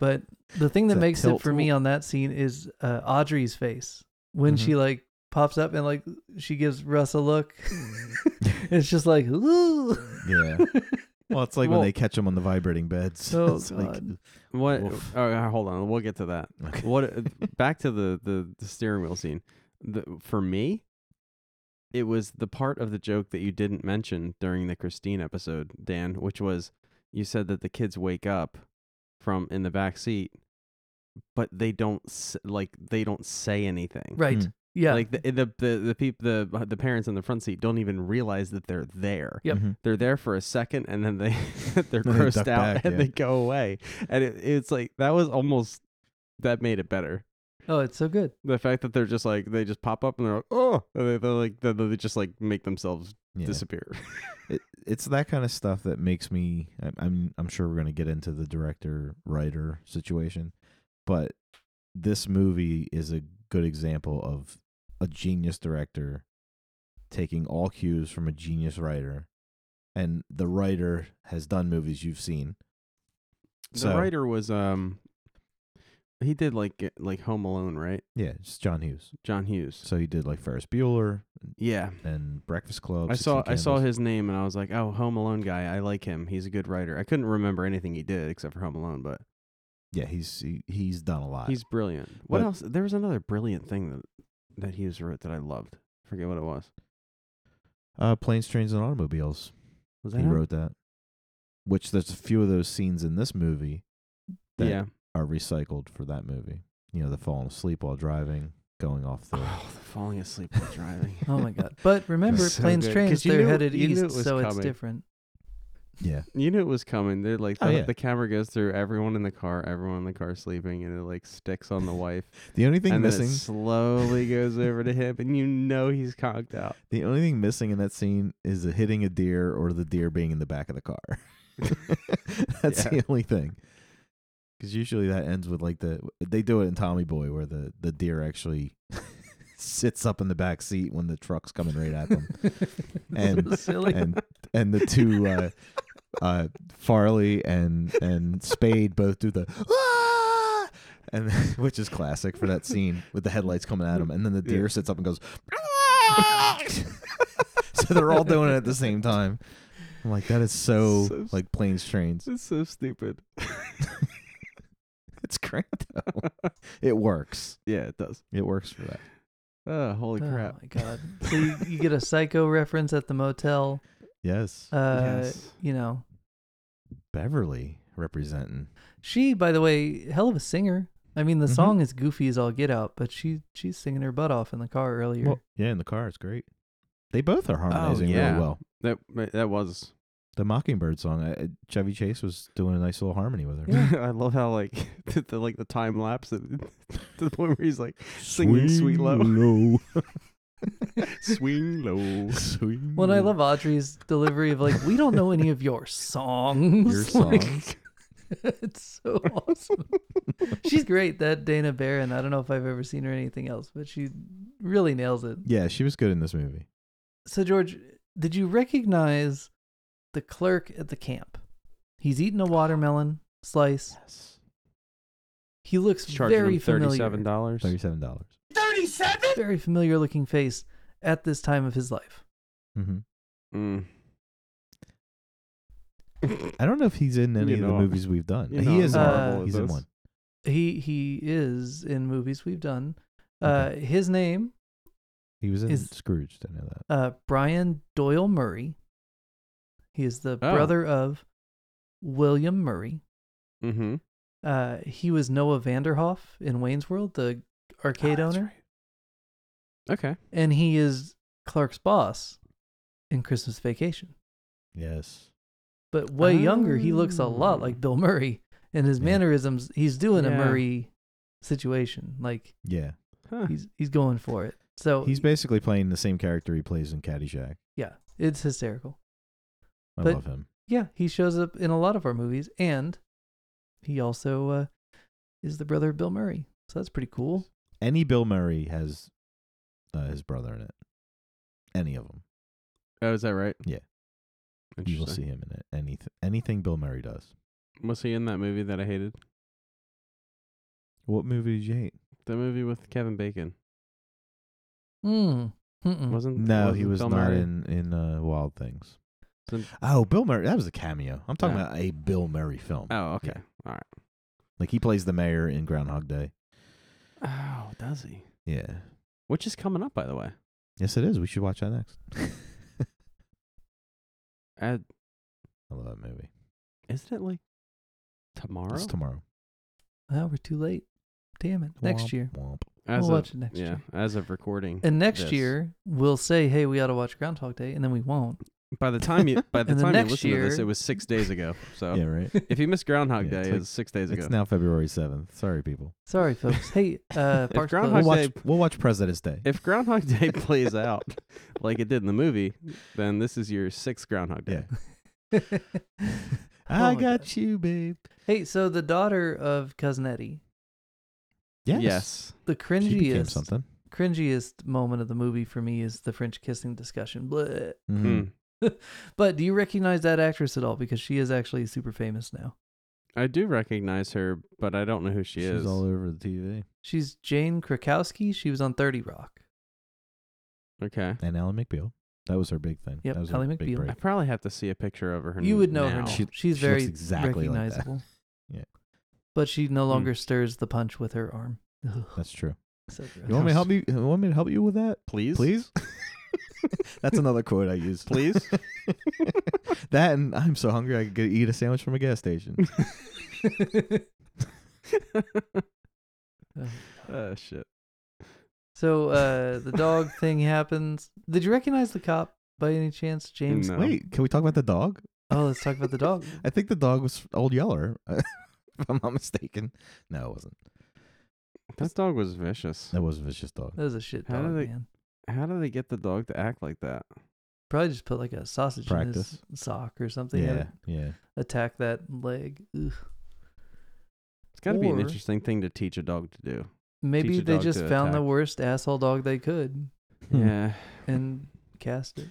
Speaker 3: But the thing that
Speaker 2: That
Speaker 3: makes
Speaker 2: tilt.
Speaker 3: it for me on that scene is uh, Audrey's face when
Speaker 1: Mm-hmm.
Speaker 3: she like pops up and like she gives Russ a look.
Speaker 1: Mm-hmm.
Speaker 3: [laughs] it's just like ooh.
Speaker 2: yeah.
Speaker 3: [laughs]
Speaker 2: Well, it's like
Speaker 1: Well-
Speaker 2: when they catch him on the vibrating beds. [laughs]
Speaker 3: Oh,
Speaker 2: it's like
Speaker 3: God.
Speaker 1: What?
Speaker 2: Oof.
Speaker 1: Oh, uh, hold on. We'll get to that.
Speaker 2: okay.
Speaker 1: What?
Speaker 2: [laughs]
Speaker 1: uh, back to the the, the steering wheel scene. The, for me, it was the part of the joke that you didn't mention during the Christine episode, Dan, which was you said that the kids wake up from in the back seat, but they don't s- like they don't say anything.
Speaker 3: right.
Speaker 2: Hmm.
Speaker 3: Yeah.
Speaker 1: Like the the the the, peop, the the parents in the front seat don't even realize that they're there.
Speaker 3: Yep.
Speaker 2: Mhm.
Speaker 1: they're there for a second and then they [laughs] they're
Speaker 2: They
Speaker 1: grossed out
Speaker 2: duck back,
Speaker 1: and
Speaker 2: yeah.
Speaker 1: they go away and it, it's like that was almost that made it better
Speaker 3: oh, it's so good.
Speaker 1: the fact that they're just like they just pop up and they're like oh and they, they're like they, they just like make themselves
Speaker 2: Yeah.
Speaker 1: disappear [laughs]
Speaker 2: it, it's that kind of stuff that makes me I, I'm I'm sure we're going to get into the director writer situation but this movie is a good example of a genius director taking all cues from a genius writer and the writer has done movies you've seen
Speaker 1: the
Speaker 2: So-
Speaker 1: writer was um he did like uh, like home alone right
Speaker 2: yeah it's John Hughes
Speaker 1: john hughes
Speaker 2: so he did like Ferris Bueller
Speaker 1: yeah
Speaker 2: and Breakfast Club
Speaker 1: I
Speaker 2: 16
Speaker 1: saw I saw
Speaker 2: Candles.
Speaker 1: his name and I was like, "Oh, Home Alone guy. I like him. He's a good writer." I couldn't remember anything he did except for Home Alone, but
Speaker 2: yeah he's he, he's done a lot
Speaker 1: He's brilliant. What
Speaker 2: But-
Speaker 1: else? There was another brilliant thing that that Hughes wrote that I loved. Forget what it was.
Speaker 2: uh planes trains and automobiles
Speaker 1: Was that
Speaker 2: he
Speaker 1: him?
Speaker 2: wrote that which there's a few of those scenes in this movie that
Speaker 1: yeah.
Speaker 2: are recycled for that movie. You know, the falling asleep while driving, going off the.
Speaker 1: Oh, the falling asleep while [laughs] driving.
Speaker 3: Oh my god! But remember,
Speaker 1: So
Speaker 3: planes,
Speaker 1: good.
Speaker 3: trains,
Speaker 1: 'Cause you
Speaker 3: they're
Speaker 1: knew-
Speaker 3: headed
Speaker 1: you knew
Speaker 3: east,
Speaker 1: it was
Speaker 3: so it's
Speaker 1: coming.
Speaker 3: different. [laughs]
Speaker 2: yeah,
Speaker 1: You knew it was coming. They're like
Speaker 2: Oh,
Speaker 1: the,
Speaker 2: yeah.
Speaker 1: the camera goes through everyone in the car, everyone in the car sleeping, and it like sticks on the wife,
Speaker 2: the only [laughs] thing
Speaker 1: and
Speaker 2: missing,
Speaker 1: then it slowly goes over to him, and you know he's conked out.
Speaker 2: the only thing missing in that scene is the hitting a deer or the deer being in the back of
Speaker 1: [laughs]
Speaker 2: the car. [laughs] That's
Speaker 1: Yeah.
Speaker 2: the only thing. Because usually that ends with like the they do it in Tommy Boy where the the deer actually [laughs] sits up in the back seat when the truck's coming right
Speaker 1: [laughs]
Speaker 2: at them. And-
Speaker 3: silly.
Speaker 2: and and the two uh,
Speaker 1: [laughs]
Speaker 2: uh, Farley and and Spade both do the "Ah!" and [laughs] which is classic for that scene with the headlights coming at him, and then the deer
Speaker 1: Yeah.
Speaker 2: sits up and goes. "Ah!" [laughs] so they're all doing it at the same time. I'm like, that is so,
Speaker 1: So s-
Speaker 2: like planes, trains.
Speaker 1: It's so stupid.
Speaker 2: [laughs] It's great though. [laughs] it works.
Speaker 1: Yeah, it does.
Speaker 2: It works for that.
Speaker 1: Oh, [laughs] holy crap!
Speaker 3: Oh my god! So you,
Speaker 1: [laughs]
Speaker 3: you get a psycho reference at the motel.
Speaker 2: Yes,
Speaker 3: Uh,
Speaker 1: Yes.
Speaker 3: You know,
Speaker 2: Beverly representing.
Speaker 3: she, by the way, hell of a singer. I mean, the
Speaker 1: Mm-hmm.
Speaker 2: Mhm.
Speaker 3: song is goofy as all get out, but she she's singing her butt off in the car earlier.
Speaker 2: Well, yeah, in the car, it's great. They both are harmonizing
Speaker 1: yeah.
Speaker 2: really well.
Speaker 1: That that was.
Speaker 2: The Mockingbird song. I, Chevy Chase was doing a nice little harmony with her. [laughs]
Speaker 3: Yeah.
Speaker 1: I love how like the, the like the time lapse of- [laughs] to the point where he's like [laughs] Singing Sweet Low.
Speaker 3: [laughs]
Speaker 1: swing low.
Speaker 2: [laughs] Swing
Speaker 3: Well, and I love Audrey's delivery of like, we don't know any of your songs. [laughs]
Speaker 2: your
Speaker 3: Like,
Speaker 2: songs.
Speaker 3: it's so awesome. She's great, that Dana Barron. I don't know if I've ever seen her in anything else, but she really nails it.
Speaker 2: yeah, she was good in this movie.
Speaker 3: So, George, did you recognize the clerk at the camp? He's eating a watermelon slice.
Speaker 1: Yes.
Speaker 3: He looks
Speaker 1: Charging
Speaker 3: very
Speaker 1: him thirty-seven
Speaker 3: familiar,
Speaker 1: dollars.
Speaker 2: Thirty-seven dollars.
Speaker 3: very familiar looking face at this time of
Speaker 1: [laughs]
Speaker 3: his life.
Speaker 2: Mm-hmm.
Speaker 1: Mm.
Speaker 2: I don't know if he's in any
Speaker 1: You
Speaker 2: of
Speaker 1: know
Speaker 2: the
Speaker 1: him.
Speaker 2: movies we've done.
Speaker 1: You know
Speaker 2: he
Speaker 1: him
Speaker 2: is
Speaker 1: from
Speaker 2: in one.
Speaker 1: Marvel, is
Speaker 2: he's in
Speaker 1: this?
Speaker 2: one.
Speaker 3: He he is in movies we've done. Uh, His name
Speaker 2: He was in
Speaker 3: Is-
Speaker 2: Scrooge. I know that.
Speaker 3: uh, Brian Doyle Murray. He is the
Speaker 1: Oh.
Speaker 3: brother of William Murray.
Speaker 1: Mm-hmm.
Speaker 3: Uh, he was Noah Vanderhoff in Wayne's World, the arcade
Speaker 1: Ah,
Speaker 3: owner,
Speaker 1: Okay.
Speaker 3: and he is Clark's boss in Christmas Vacation.
Speaker 2: Yes.
Speaker 3: But way younger, he looks a lot like
Speaker 1: Oh.
Speaker 3: Bill Murray, and his
Speaker 2: Yeah.
Speaker 3: mannerisms. He's doing a
Speaker 1: Yeah.
Speaker 3: Murray situation, like
Speaker 2: Yeah.
Speaker 1: Huh.
Speaker 3: he's he's going for it. So
Speaker 2: He's basically playing the same character he plays in Caddyshack.
Speaker 3: yeah, it's hysterical.
Speaker 2: I
Speaker 3: But-
Speaker 2: love him.
Speaker 3: Yeah, he shows up in a lot of our movies, and he also uh, is the brother of Bill Murray. So that's pretty cool.
Speaker 2: Any Bill Murray has uh, his brother in it. Any of them,
Speaker 1: Oh, is that right?
Speaker 2: Yeah. you will see him in it. Anything, anything Bill Murray does.
Speaker 1: Was he in that movie that I hated?
Speaker 2: What movie did you hate?
Speaker 1: The movie with Kevin Bacon.
Speaker 3: Mm. Mm-mm.
Speaker 1: Wasn't
Speaker 2: No, he
Speaker 1: wasn't
Speaker 2: was
Speaker 1: Bill
Speaker 2: not
Speaker 1: Murray?
Speaker 2: in in uh, Wild Things.
Speaker 1: Then-
Speaker 2: Oh, Bill Murray. That was a cameo. I'm talking
Speaker 1: Yeah.
Speaker 2: about a Bill Murray film.
Speaker 1: Oh, okay.
Speaker 2: Yeah.
Speaker 1: All right.
Speaker 2: Like he plays the mayor in Groundhog Day.
Speaker 1: Oh, does he?
Speaker 2: Yeah.
Speaker 1: Which is coming up, by the way.
Speaker 2: Yes, it is. We should watch that next.
Speaker 1: At,
Speaker 2: I love that movie.
Speaker 1: isn't it like tomorrow?
Speaker 2: It's tomorrow.
Speaker 3: Oh, we're too late. Damn it. Next
Speaker 2: Womp,
Speaker 3: year.
Speaker 2: womp.
Speaker 1: As
Speaker 3: we'll
Speaker 1: of-
Speaker 3: watch it next
Speaker 1: yeah,
Speaker 3: year.
Speaker 1: as of recording.
Speaker 3: And next
Speaker 1: this.
Speaker 3: year, we'll say, hey, we ought to watch Groundhog Day, and then we won't.
Speaker 1: By the time you
Speaker 2: [laughs]
Speaker 1: by the
Speaker 3: And then
Speaker 1: time you
Speaker 3: next
Speaker 1: listen to this,
Speaker 3: year-
Speaker 1: it was six days ago. So [laughs]
Speaker 2: Yeah, right.
Speaker 1: if you missed Groundhog
Speaker 2: Yeah, it's
Speaker 1: Day,
Speaker 2: like-
Speaker 1: it was six days ago.
Speaker 2: It's now February seventh. Sorry, people. [laughs]
Speaker 3: Sorry, folks. Hey, uh, Parks
Speaker 2: We'll
Speaker 1: Groundhog
Speaker 3: closed.
Speaker 2: watch.
Speaker 1: Day-
Speaker 2: We'll watch President's Day.
Speaker 1: if Groundhog Day [laughs] plays out like it did in the movie, then this is your sixth Groundhog Day. [laughs]
Speaker 2: Yeah.
Speaker 3: [laughs]
Speaker 2: I
Speaker 3: Oh, my
Speaker 2: got
Speaker 3: God.
Speaker 2: you, babe.
Speaker 3: hey, so the daughter of Cousin Eddie,
Speaker 2: Yes.
Speaker 1: Yes.
Speaker 3: the
Speaker 2: She became
Speaker 3: cringiest,
Speaker 2: something.
Speaker 3: cringiest moment of the movie for me is the French kissing discussion. Bleh.
Speaker 2: Mhm.
Speaker 1: Mm.
Speaker 3: But do you recognize that actress at all? Because she is actually super famous now.
Speaker 1: I do recognize her, but I don't know who she
Speaker 2: She's
Speaker 1: is.
Speaker 2: all over the TV.
Speaker 3: She's Jane Krakowski. She was on 30 Rock.
Speaker 1: okay.
Speaker 2: And Alan McBeal. That was her big thing.
Speaker 3: Yep,
Speaker 2: that was
Speaker 3: Ally
Speaker 2: her big
Speaker 3: McBeal.
Speaker 2: break.
Speaker 1: I probably have to see a picture of her.
Speaker 3: You would know her
Speaker 1: now.
Speaker 3: now.
Speaker 2: She-
Speaker 3: She's
Speaker 2: she looks
Speaker 3: very
Speaker 2: exactly like that.
Speaker 3: recognizable.
Speaker 2: Yeah.
Speaker 3: But she no longer stirs the punch with her arm. Ugh,
Speaker 2: That's true.
Speaker 3: [laughs] so gross.
Speaker 2: You want me to help you? You want me to help you with that?
Speaker 1: Please?
Speaker 2: Please. That's another quote I
Speaker 1: [laughs]
Speaker 2: used. [laughs]
Speaker 1: Please?
Speaker 2: that and I'm so hungry I could go eat a sandwich from a gas station.
Speaker 1: uh, shit.
Speaker 3: [laughs] so uh, the dog thing happens. Did you recognize the cop by any chance, James?
Speaker 1: [laughs] No.
Speaker 2: Wait, can we talk about the dog?
Speaker 3: Oh, let's talk about the dog.
Speaker 2: I think the dog was Old Yeller, [laughs] if I'm not mistaken. No, it wasn't.
Speaker 1: That dog was vicious.
Speaker 2: That was a vicious dog.
Speaker 3: That was a shit
Speaker 1: How
Speaker 3: dog,
Speaker 1: do they-
Speaker 3: man.
Speaker 1: How do they get the dog to act like that?
Speaker 3: Probably just put like a sausage
Speaker 2: Practice.
Speaker 3: in his sock or something.
Speaker 2: Yeah,
Speaker 3: and
Speaker 2: yeah.
Speaker 3: attack that leg. Ugh.
Speaker 1: It's got to be an
Speaker 3: Or-
Speaker 1: interesting thing to teach a dog to do.
Speaker 3: Maybe
Speaker 1: a
Speaker 3: they
Speaker 1: dog
Speaker 3: just
Speaker 1: to
Speaker 3: found the
Speaker 1: attack.
Speaker 3: worst asshole dog they could
Speaker 2: Hmm.
Speaker 1: Yeah. [laughs]
Speaker 3: and cast it.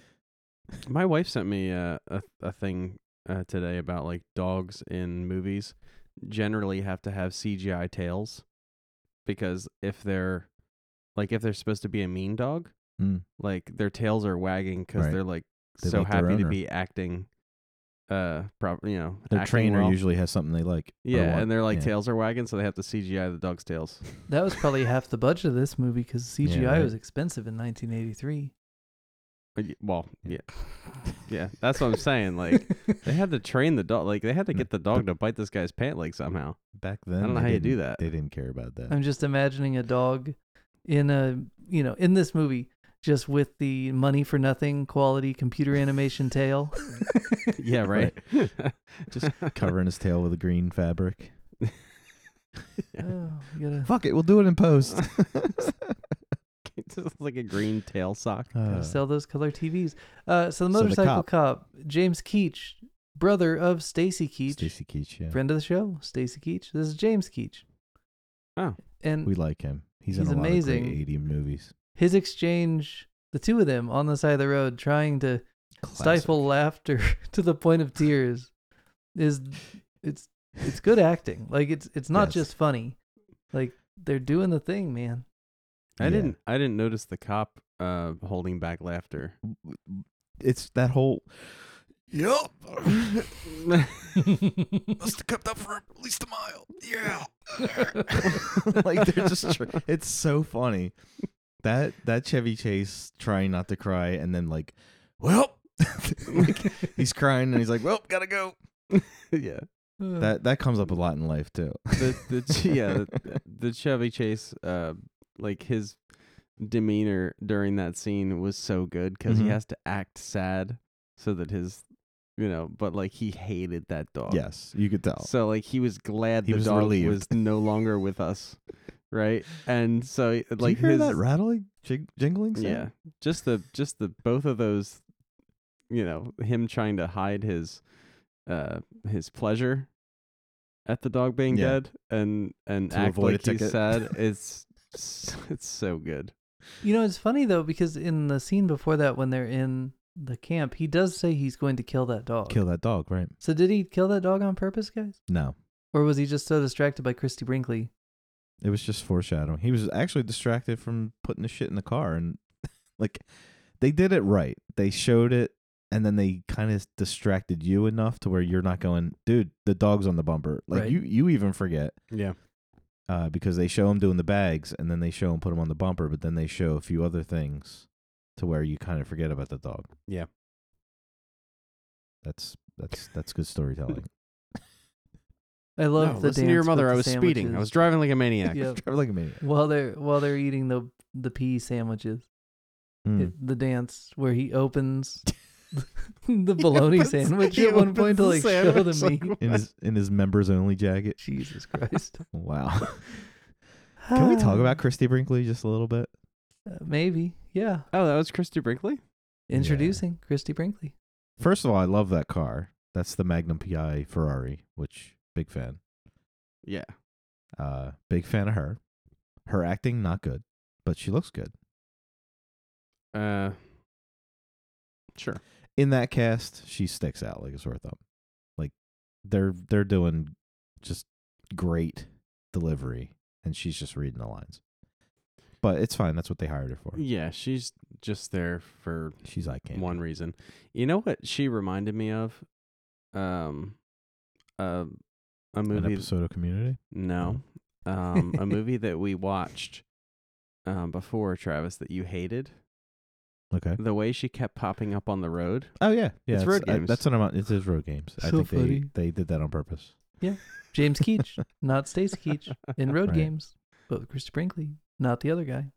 Speaker 1: My wife sent me uh, a a thing uh, today about like dogs in movies generally have to have CGI tails because if they're like if they're supposed to be a mean dog,
Speaker 2: [laughs] Mm.
Speaker 1: like their tails are wagging because
Speaker 2: Right.
Speaker 1: they're like
Speaker 2: They
Speaker 1: so
Speaker 2: like their
Speaker 1: happy to
Speaker 2: owner.
Speaker 1: be acting. Uh, proper, you know,
Speaker 2: Their
Speaker 1: acting
Speaker 2: trainer
Speaker 1: well.
Speaker 2: usually has something they like. or
Speaker 1: yeah,
Speaker 2: want.
Speaker 1: and they're like
Speaker 2: Yeah.
Speaker 1: tails are wagging, so they have to CGI the dog's tails.
Speaker 3: That was probably half the budget of this movie because CGI
Speaker 2: right.
Speaker 3: was expensive in 1983.
Speaker 1: Uh, y- Well, yeah, yeah, that's what I'm saying.
Speaker 2: [laughs]
Speaker 1: Like [laughs] they had to train the dog, like they had to
Speaker 2: Mm.
Speaker 1: get the dog to bite this guy's pant leg
Speaker 2: [laughs]
Speaker 1: somehow.
Speaker 2: [laughs] Back then,
Speaker 1: I don't know
Speaker 2: they
Speaker 1: how you do
Speaker 2: didn't-
Speaker 1: that.
Speaker 2: They didn't care about
Speaker 1: [laughs]
Speaker 2: that.
Speaker 3: [laughs] I'm just imagining a dog in a you know in this movie just with the money for nothing quality computer
Speaker 1: [laughs]
Speaker 3: animation tail.
Speaker 1: Yeah, right. [laughs]
Speaker 2: Just Covering his tail with a green fabric.
Speaker 3: Oh, you gotta,
Speaker 2: Fuck it, we'll do it
Speaker 1: [laughs]
Speaker 2: in post.
Speaker 1: Just like a green tail sock.
Speaker 3: gotta
Speaker 2: Uh,
Speaker 3: sell those color TVs. Uh, so the
Speaker 2: So the
Speaker 3: motorcycle
Speaker 2: cop-
Speaker 3: cop. James Keach, brother of Stacy Keach,
Speaker 2: Stacy Keach, yeah.
Speaker 3: friend of the show, Stacy Keach. This is James Keach.
Speaker 1: Oh.
Speaker 3: and
Speaker 2: We like him. He's,
Speaker 3: He's
Speaker 2: in a lot
Speaker 3: amazing.
Speaker 2: of great 80 movies.
Speaker 3: his exchange, the two of them on the side of the road trying to stifle laughter [laughs] to the point of tears is it's it's good acting. Like it's it's not
Speaker 2: Yes.
Speaker 3: just funny. Like they're doing the thing, man.
Speaker 1: I
Speaker 2: Yeah.
Speaker 1: didn't. I didn't notice the cop uh, holding back
Speaker 2: [laughs]
Speaker 1: laughter.
Speaker 2: It's that whole. Yep. [laughs] Must have kept up for at least a mile. Yeah. [laughs] like they're just. [laughs] Tr- it's so funny. That that Chevy Chase trying not to cry and then like, well, [laughs] like, he's crying and he's like, well, gotta go.
Speaker 1: yeah.
Speaker 2: That that comes up a lot in life too.
Speaker 1: The the ch- yeah the, the Chevy Chase uh like his demeanor during that scene was so good because
Speaker 2: Mhm.
Speaker 1: he has to act sad so that his you know but like he hated that
Speaker 2: Oh.
Speaker 1: dog.
Speaker 2: yes, you could tell.
Speaker 1: So like he was glad
Speaker 2: He
Speaker 1: the
Speaker 2: was
Speaker 1: dog
Speaker 2: relieved.
Speaker 1: was no longer with us, right? And so like
Speaker 2: Like you hear
Speaker 1: his
Speaker 2: that rattling, jing- jingling? Sound?
Speaker 1: yeah, just the just the both of those, you know, him trying to hide his uh his pleasure at the dog being
Speaker 2: Yeah.
Speaker 1: dead and and
Speaker 2: To
Speaker 1: act
Speaker 2: avoid a
Speaker 1: like he's [laughs]
Speaker 2: ticket.
Speaker 1: sad. It's s- it's so good.
Speaker 3: You know, it's funny though because in the scene before that when they're in the camp, he does say he's going to kill that dog.
Speaker 2: Kill that dog, right?
Speaker 3: So did he kill that dog on purpose, guys?
Speaker 2: No,
Speaker 3: Or was he just so distracted by Christy Brinkley?
Speaker 2: it was just foreshadowing. He was actually distracted from putting the shit in the car, and [laughs] like they did it right. They showed it, and then they kind of distracted you enough to where you're not going, dude. The dog's on the bumper. Like
Speaker 3: Right.
Speaker 2: you, you even forget
Speaker 1: Yeah.
Speaker 2: uh, because they show him doing the bags, and then they show him put him on the bumper, but then they show a few other things to where you kind of forget about the dog.
Speaker 1: Yeah.
Speaker 2: That's that's that's
Speaker 1: [laughs]
Speaker 2: good
Speaker 3: [laughs]
Speaker 2: storytelling.
Speaker 3: I love
Speaker 1: no,
Speaker 3: the
Speaker 1: listen
Speaker 3: dance
Speaker 1: to your
Speaker 3: with
Speaker 1: mother.
Speaker 3: the
Speaker 1: I was speeding. I
Speaker 3: sandwiches.
Speaker 1: was driving like a
Speaker 3: [laughs]
Speaker 1: maniac.
Speaker 3: Yep.
Speaker 2: Drive like a maniac.
Speaker 3: While they're while they're eating the the pea sandwiches.
Speaker 2: Mm.
Speaker 3: it- the dance where he opens
Speaker 1: [laughs]
Speaker 3: [laughs] the bologna
Speaker 1: opens-
Speaker 3: sandwich
Speaker 1: he
Speaker 3: at one point to
Speaker 1: opens
Speaker 3: like
Speaker 1: the
Speaker 3: show the
Speaker 1: sandwich, like,
Speaker 3: meat. [laughs]
Speaker 2: in his in his members only jacket.
Speaker 3: Jesus Christ!
Speaker 2: Wow. Can we
Speaker 1: Um,
Speaker 2: talk about Christy Brinkley just a little bit?
Speaker 3: Uh, [sighs] maybe? Yeah.
Speaker 1: [laughs] Oh, that was Christy Brinkley.
Speaker 2: Yeah.
Speaker 3: Introducing Christy Brinkley.
Speaker 2: First of all, I love that car. That's the Magnum PI Ferrari, which big fan.
Speaker 1: Yeah.
Speaker 2: Uh big fan of her. Her acting not good, but she looks good.
Speaker 1: Uh. Sure.
Speaker 2: In that cast, she sticks out like a sore thumb. Like they're they're doing just great delivery and she's just reading the lines. But it's fine. That's what they hired her for.
Speaker 1: Yeah, she's just there for
Speaker 2: She's eye candy.
Speaker 1: one reason. You know what she reminded me of? Um, uh, a
Speaker 2: An
Speaker 1: movie.
Speaker 2: episode of Community.
Speaker 1: No, um,
Speaker 2: [laughs]
Speaker 1: uh, a movie that we watched um before Travis that you hated.
Speaker 2: Okay.
Speaker 1: The way she kept popping up on the road.
Speaker 2: Oh yeah, yeah.
Speaker 1: It's road
Speaker 2: I-
Speaker 1: games.
Speaker 2: that's what I'm. on- It is road games. I
Speaker 3: So
Speaker 2: think
Speaker 3: funny.
Speaker 2: they they did that on purpose.
Speaker 3: James Keach, not Stacey Keach,
Speaker 2: [laughs]
Speaker 3: in Road
Speaker 2: Right.
Speaker 3: Games, but with Christy Brinkley, not the other guy.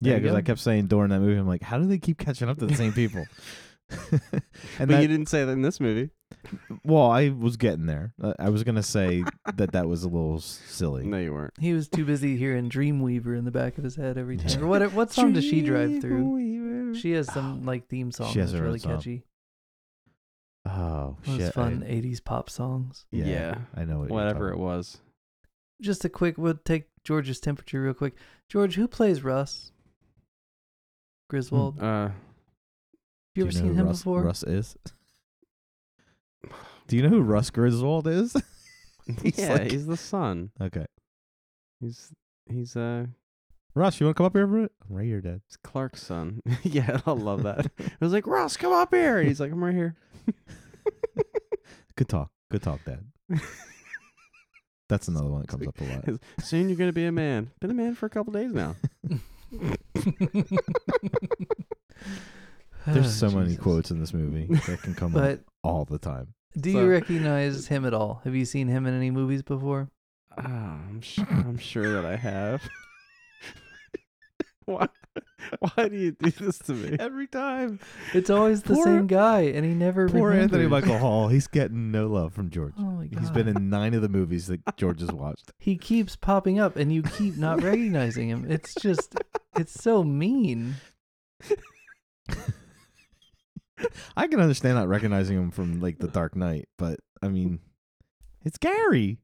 Speaker 3: There
Speaker 2: Yeah,
Speaker 3: you
Speaker 2: because I
Speaker 3: go.
Speaker 2: kept saying during that movie, I'm like, how do they keep catching up to the same people? [laughs]
Speaker 1: but
Speaker 2: and that,
Speaker 1: you didn't say that in this movie.
Speaker 2: well, I was getting there. Uh, I was
Speaker 1: [laughs]
Speaker 2: gonna say that that was a little s- silly.
Speaker 1: No, you weren't.
Speaker 3: He was too busy hearing Dreamweaver in the back of his head every
Speaker 2: Yeah.
Speaker 3: time. Or what? What song does she drive through?
Speaker 1: Dreamweaver.
Speaker 3: She has some like theme song
Speaker 2: has
Speaker 3: that's
Speaker 2: her own
Speaker 3: really
Speaker 2: song.
Speaker 3: catchy.
Speaker 2: Oh
Speaker 3: Those
Speaker 2: shit! I-
Speaker 3: fun '80s pop songs.
Speaker 2: yeah,
Speaker 1: Yeah.
Speaker 2: I know what
Speaker 1: Whatever
Speaker 2: You're
Speaker 1: it
Speaker 2: talking [laughs]
Speaker 1: was.
Speaker 3: Just a quick. We'll take George's temperature real quick. George, who plays Russ? Griswold. Have
Speaker 1: Uh,
Speaker 3: you
Speaker 2: about.
Speaker 3: ever
Speaker 2: Hmm. Do
Speaker 3: seen
Speaker 2: know who
Speaker 3: him
Speaker 2: Russ,
Speaker 3: before? [laughs]
Speaker 2: Russ is. Do you know who Russ Griswold is? [laughs] [laughs] He's
Speaker 1: yeah,
Speaker 2: like-
Speaker 1: he's the son.
Speaker 2: okay,
Speaker 1: He's he's uh
Speaker 2: Russ, you want to come up here for it? I'm right here, Dad.
Speaker 1: it's Clark's son. [laughs] yeah, I love that.
Speaker 2: [laughs]
Speaker 1: I was like, Ross, come up here. And he's like, I'm right here. [laughs]
Speaker 2: Good talk. Good talk, Dad. That's another one that comes up a lot.
Speaker 1: Soon you're gonna be a man. Been a man for a couple days now.
Speaker 2: There's
Speaker 3: Ah, [laughs]
Speaker 2: so many
Speaker 3: Jesus.
Speaker 2: quotes in this movie that can come up
Speaker 3: But
Speaker 2: all the time.
Speaker 3: do
Speaker 1: So-
Speaker 3: you recognize him at all? Have you seen him in any movies before?
Speaker 1: Ah, I'm sure. I'm sure that I have. [laughs] why? Why do you do this to me?
Speaker 2: Every time.
Speaker 3: It's always the
Speaker 2: Poor-
Speaker 3: same guy, and he never.
Speaker 2: Poor Anthony
Speaker 3: remembers.
Speaker 2: Michael Hall. He's getting no love from George.
Speaker 3: Oh my god.
Speaker 2: He's been in nine of the movies that George has watched.
Speaker 3: He keeps popping up, and you keep not recognizing him. It's just, it's so mean.
Speaker 2: I can understand not recognizing him from like The Dark Knight, but I mean, it's Gary.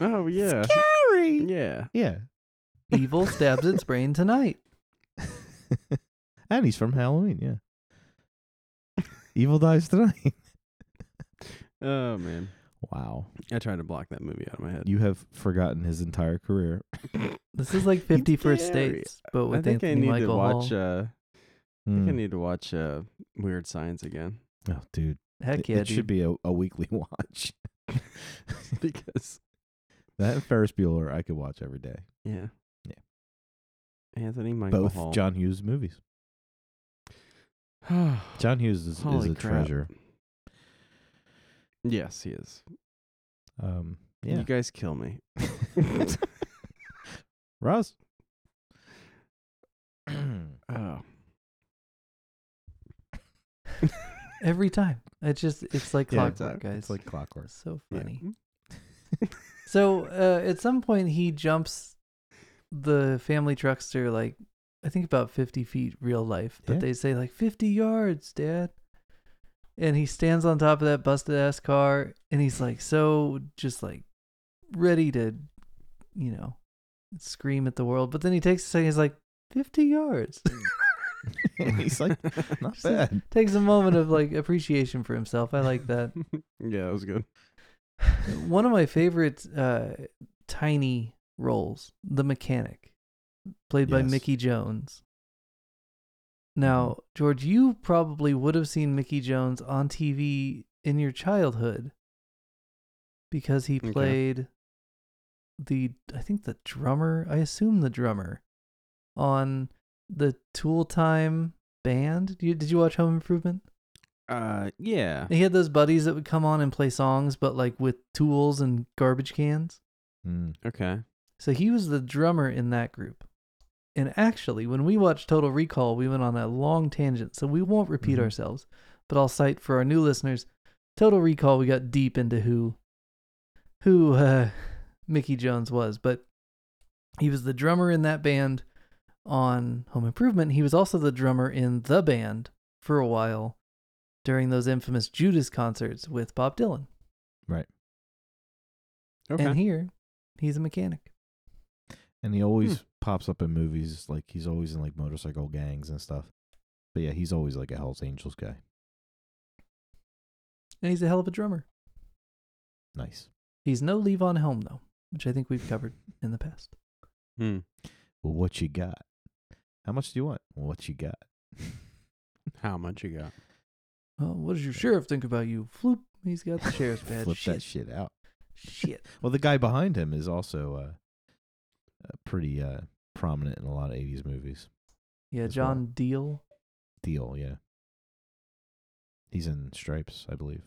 Speaker 1: Oh yeah,
Speaker 2: It's Gary.
Speaker 1: yeah.
Speaker 2: Yeah.
Speaker 3: Evil stabs its brain tonight.
Speaker 2: [laughs] and he's from Halloween. Yeah. Evil dies tonight.
Speaker 1: Oh man,
Speaker 2: Wow.
Speaker 1: I tried to block that movie out of my
Speaker 2: [laughs]
Speaker 1: head.
Speaker 2: You have forgotten his entire career.
Speaker 3: This is like Fifty First
Speaker 1: Gary.
Speaker 3: States, but
Speaker 1: I
Speaker 3: with
Speaker 1: think I
Speaker 3: Anthony
Speaker 1: need
Speaker 3: Michael
Speaker 1: to watch.
Speaker 3: Hall.
Speaker 1: Uh, I think I
Speaker 2: Hmm.
Speaker 1: need to watch uh, Weird Science again [laughs]
Speaker 2: Oh, dude.
Speaker 3: Heck
Speaker 2: It-
Speaker 3: yeah,
Speaker 2: it should
Speaker 3: dude.
Speaker 2: be a, a weekly [laughs] watch.
Speaker 1: because
Speaker 2: that and Ferris Bueller, I could watch every day.
Speaker 1: yeah,
Speaker 2: Yeah.
Speaker 1: Anthony Michael
Speaker 2: Both
Speaker 1: Hall.
Speaker 2: John Hughes movies. John Hughes is,
Speaker 1: [sighs]
Speaker 2: is
Speaker 1: Holy
Speaker 2: a
Speaker 1: crap.
Speaker 2: treasure.
Speaker 1: yes, he is.
Speaker 2: Um, yeah,
Speaker 1: You guys kill
Speaker 2: [laughs]
Speaker 1: me.
Speaker 2: [clears throat] Ross.
Speaker 1: Oh.
Speaker 3: Every time, it's just, it's like
Speaker 2: Yeah,
Speaker 1: it's
Speaker 3: clockwork, guys.
Speaker 2: it's like clockwork.
Speaker 3: so
Speaker 2: yeah.
Speaker 3: funny. So uh, at some point, he jumps the family truckster like I think about fifty feet real life, but
Speaker 2: Yeah.
Speaker 3: they say like fifty yards, Dad. And he stands on top of that busted ass car, and he's like so just like ready to, you know, scream at the world. But then he takes a second, he's like fifty yards. [laughs]
Speaker 2: He's like, [laughs] not [laughs]
Speaker 3: Just like-
Speaker 2: bad.
Speaker 3: takes a moment of like appreciation for himself. I like
Speaker 2: [laughs]
Speaker 3: that.
Speaker 1: yeah, that was good.
Speaker 3: One of my favorite uh, tiny roles, the mechanic, played by
Speaker 2: Yes.
Speaker 3: Mickey Jones. Now, George, you probably would have seen Mickey Jones on TV in your childhood because he
Speaker 1: Okay.
Speaker 3: played the, I think the drummer, I assume the drummer on the Tool Time band. Did you, did you watch Home Improvement?
Speaker 1: Uh, yeah.
Speaker 3: He had those buddies that would come on and play songs, but like with tools and garbage cans.
Speaker 2: Mm.
Speaker 1: Okay.
Speaker 3: So he was the drummer in that group. And actually, when we watched Total Recall, we went on a long tangent, so we won't repeat
Speaker 2: Mhm.
Speaker 3: ourselves. But I'll cite for our new listeners, Total Recall, we got deep into who, who uh, Mickey Jones was, but he was the drummer in that band on Home Improvement. He was also the drummer in the band for a while during those infamous Judas concerts with Bob Dylan.
Speaker 1: Okay.
Speaker 3: And here, he's a mechanic.
Speaker 2: And he always pops up in movies. Like he's always in like motorcycle gangs and stuff. But yeah, he's always like a Hell's Angels guy.
Speaker 3: And he's a hell of a drummer.
Speaker 2: Nice.
Speaker 3: He's no Levon Helm though, which I think we've covered in the past.
Speaker 1: Hmm.
Speaker 2: Well, what you got? How much do you want? Well, what you got? [laughs]
Speaker 1: How much you got?
Speaker 3: Oh, what does your sheriff think about you? Floop. He's got the [laughs] sheriff's badge.
Speaker 2: Flip
Speaker 3: shit.
Speaker 2: that shit out.
Speaker 3: shit.
Speaker 2: Well, the guy behind him is also uh, uh, pretty uh, prominent in a lot of '80s movies.
Speaker 3: Yeah,
Speaker 2: As well.
Speaker 3: John Deal.
Speaker 2: Deal, yeah. He's in Stripes, I believe.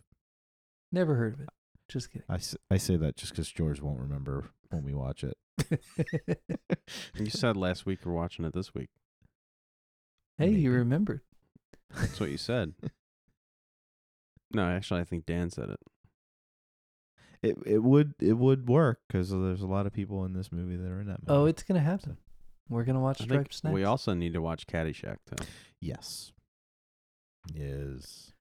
Speaker 3: Never heard of it. Just [laughs] kidding.
Speaker 2: I, s- I say that just because George won't remember when we watch it.
Speaker 1: You said last week we're watching it this week.
Speaker 3: Hey,
Speaker 2: Maybe.
Speaker 3: you remembered.
Speaker 1: That's what you said. No, actually, I think Dan said it.
Speaker 2: It it would it would work because there's a lot of people in this movie that are in that movie.
Speaker 3: Oh, it's gonna happen. We're gonna watch
Speaker 1: I think
Speaker 3: Stripes next.
Speaker 1: we also need to watch Caddyshack though.
Speaker 2: yes, yes.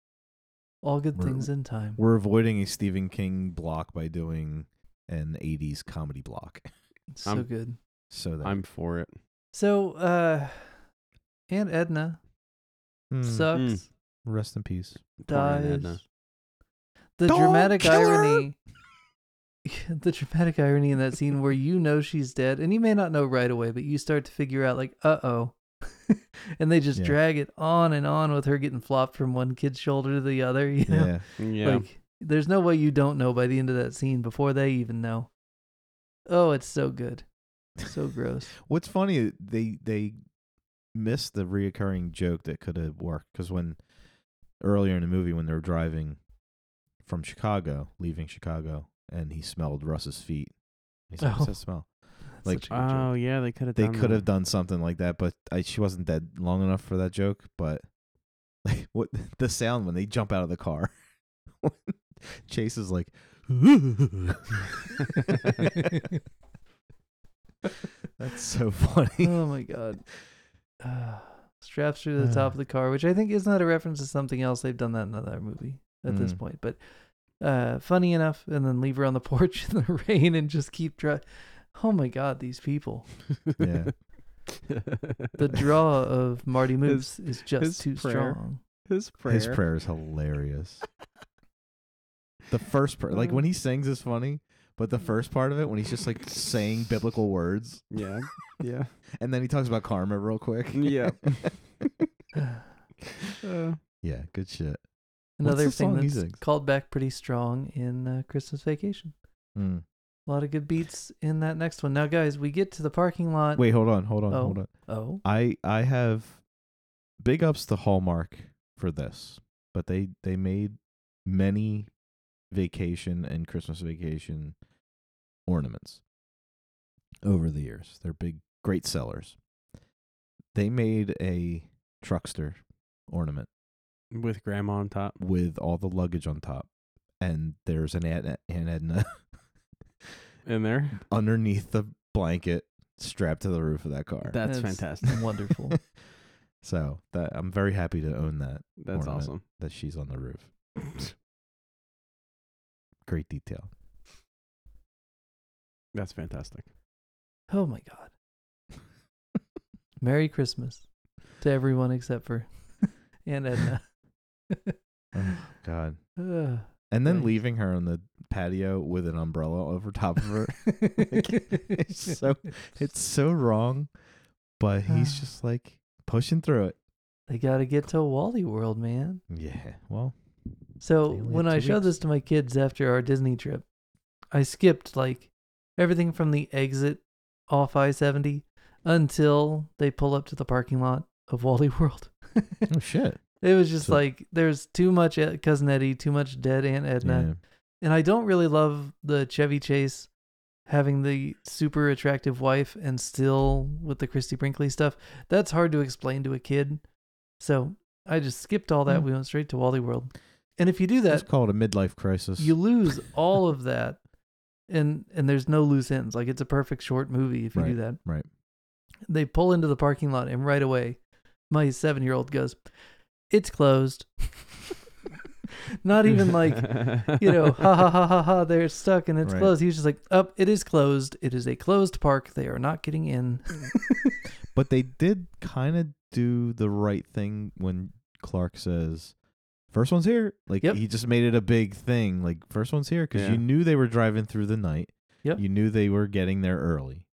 Speaker 3: All good
Speaker 2: we're-
Speaker 3: things in time.
Speaker 2: We're avoiding a Stephen King block by doing an '80s comedy block.
Speaker 3: It's so
Speaker 1: I'm-
Speaker 3: good.
Speaker 2: So that
Speaker 1: I'm for it.
Speaker 3: So, uh, Aunt Edna
Speaker 2: Hmm,
Speaker 3: sucks,
Speaker 1: Mm.
Speaker 2: rest in peace.
Speaker 1: Poor Aunt
Speaker 3: dies.
Speaker 1: Edna.
Speaker 3: The
Speaker 2: Don't
Speaker 3: dramatic
Speaker 2: kill her!
Speaker 3: irony. [laughs] the dramatic irony in that scene where you know she's dead, and you may not know right away, but you start to figure out, like, uh oh. [laughs] and they just
Speaker 2: Yeah.
Speaker 3: drag it on and on with her getting flopped from one kid's shoulder to the other, [laughs] you know?
Speaker 2: Yeah,
Speaker 1: Yeah,
Speaker 3: Like, there's no way you don't know by the end of that scene before they even know. Oh, it's so good. So
Speaker 2: [laughs]
Speaker 3: gross.
Speaker 2: What's funny, they they missed the reoccurring joke that could have worked because when earlier in the movie when they were driving from Chicago, leaving Chicago, and he smelled Russ's feet. He's like,
Speaker 3: Oh.
Speaker 2: "What's that smell?" Like,
Speaker 3: Such a good joke.
Speaker 1: oh yeah, they could have.
Speaker 2: They could have done something like that, but I, she wasn't dead long enough for that joke. But [laughs] like, what the sound when they jump out of the car? [laughs] Chase is like, that's so funny. [laughs]
Speaker 3: oh my god. [sighs] Uh, straps her to the
Speaker 2: [sighs]
Speaker 3: top of the car, which I think is not a reference to something else. They've done that in another movie at this
Speaker 2: Mm.
Speaker 3: point, but uh, funny enough. And then leave her on the [laughs] porch in the rain and just keep dry. Oh my god, these people.
Speaker 2: Yeah. [laughs]
Speaker 3: The draw of Marty moves is
Speaker 1: his
Speaker 3: just too
Speaker 1: prayer.
Speaker 3: strong.
Speaker 1: [laughs]
Speaker 3: [sighs]
Speaker 1: his prayer.
Speaker 2: His prayer is hilarious. the first part, like when he sings, is funny, but the first part of it, when he's just like saying biblical words, [laughs]
Speaker 1: Yeah, yeah,
Speaker 2: and then he talks about karma real quick.
Speaker 1: yeah.
Speaker 3: Uh,
Speaker 2: Yeah, good shit.
Speaker 3: Another
Speaker 2: the
Speaker 3: thing
Speaker 2: song he
Speaker 3: that's
Speaker 2: sings?
Speaker 3: called back pretty strong in uh, Christmas Vacation.
Speaker 2: Mm.
Speaker 3: A lot of good beats in that next one. Now, guys, we get to the parking lot.
Speaker 2: Wait, hold on, hold on,
Speaker 3: Oh.
Speaker 2: hold on.
Speaker 3: Oh,
Speaker 2: I I have big ups to Hallmark for this, but they they made many vacation and Christmas vacation ornaments over the years. They're big great sellers. They made a truckster ornament
Speaker 1: with grandma on top.
Speaker 2: with all the luggage on top, and there's an Aunt, E, Aunt Edna [laughs]
Speaker 1: in there.
Speaker 2: underneath the blanket strapped to the roof of that car.
Speaker 1: That's
Speaker 3: That's-
Speaker 1: fantastic.
Speaker 3: wonderful.
Speaker 2: so that I'm very happy to own that.
Speaker 1: That's
Speaker 2: Ornament.
Speaker 1: awesome.
Speaker 2: that she's on the roof.
Speaker 3: [laughs]
Speaker 2: Great detail.
Speaker 1: That's fantastic.
Speaker 3: Oh my God. Merry Christmas to everyone except
Speaker 2: [laughs]
Speaker 3: for Aunt Edna.
Speaker 2: Oh
Speaker 3: [sighs]
Speaker 2: God.
Speaker 3: Ugh.
Speaker 2: And then
Speaker 3: Right.
Speaker 2: leaving her on the patio with an umbrella over top of
Speaker 3: [laughs]
Speaker 2: her. it's so it's so wrong, but he's
Speaker 3: [sighs]
Speaker 2: just like pushing through it.
Speaker 3: [sighs] they got to get to Wally World, man.
Speaker 2: Yeah. Well,
Speaker 3: So
Speaker 2: They only
Speaker 3: when
Speaker 2: have
Speaker 3: I
Speaker 2: two
Speaker 3: showed
Speaker 2: weeks.
Speaker 3: this to my kids after our Disney trip, I skipped like everything from the exit off I 70 until they pull up to the parking lot of Wally
Speaker 2: [laughs]
Speaker 3: World.
Speaker 2: oh shit.
Speaker 3: It was just
Speaker 2: So-
Speaker 3: like there's too much uh, Cousin Eddie, too much dead Aunt Edna.
Speaker 2: Yeah.
Speaker 3: and I don't really love the Chevy Chase having the super attractive wife and still with the Christy Brinkley stuff. That's hard to explain to a kid. So I just skipped all that.
Speaker 2: Hmm.
Speaker 3: We went straight to Wally World. And if you do that,
Speaker 2: Let's call it a midlife crisis.
Speaker 3: you lose all of that, and and there's no loose ends. Like it's a perfect short movie if you do
Speaker 2: Right,
Speaker 3: that.
Speaker 2: right.
Speaker 3: They pull into the parking lot, and right away, my seven year old goes, "It's closed." [laughs] Not even like you
Speaker 1: [laughs]
Speaker 3: know, ha ha ha ha ha, they're stuck and it's
Speaker 2: Right.
Speaker 3: closed. He was just like, up, it is closed. It is a closed park. They are not
Speaker 1: [laughs]
Speaker 3: getting in.
Speaker 2: But they did kind of do the right thing when Clark says, first one's here. Like,
Speaker 3: Yep.
Speaker 2: he just made it a big thing. Like, first one's here because
Speaker 1: Yeah.
Speaker 2: you knew they were driving through the night.
Speaker 3: Yep.
Speaker 2: You knew they were getting there early.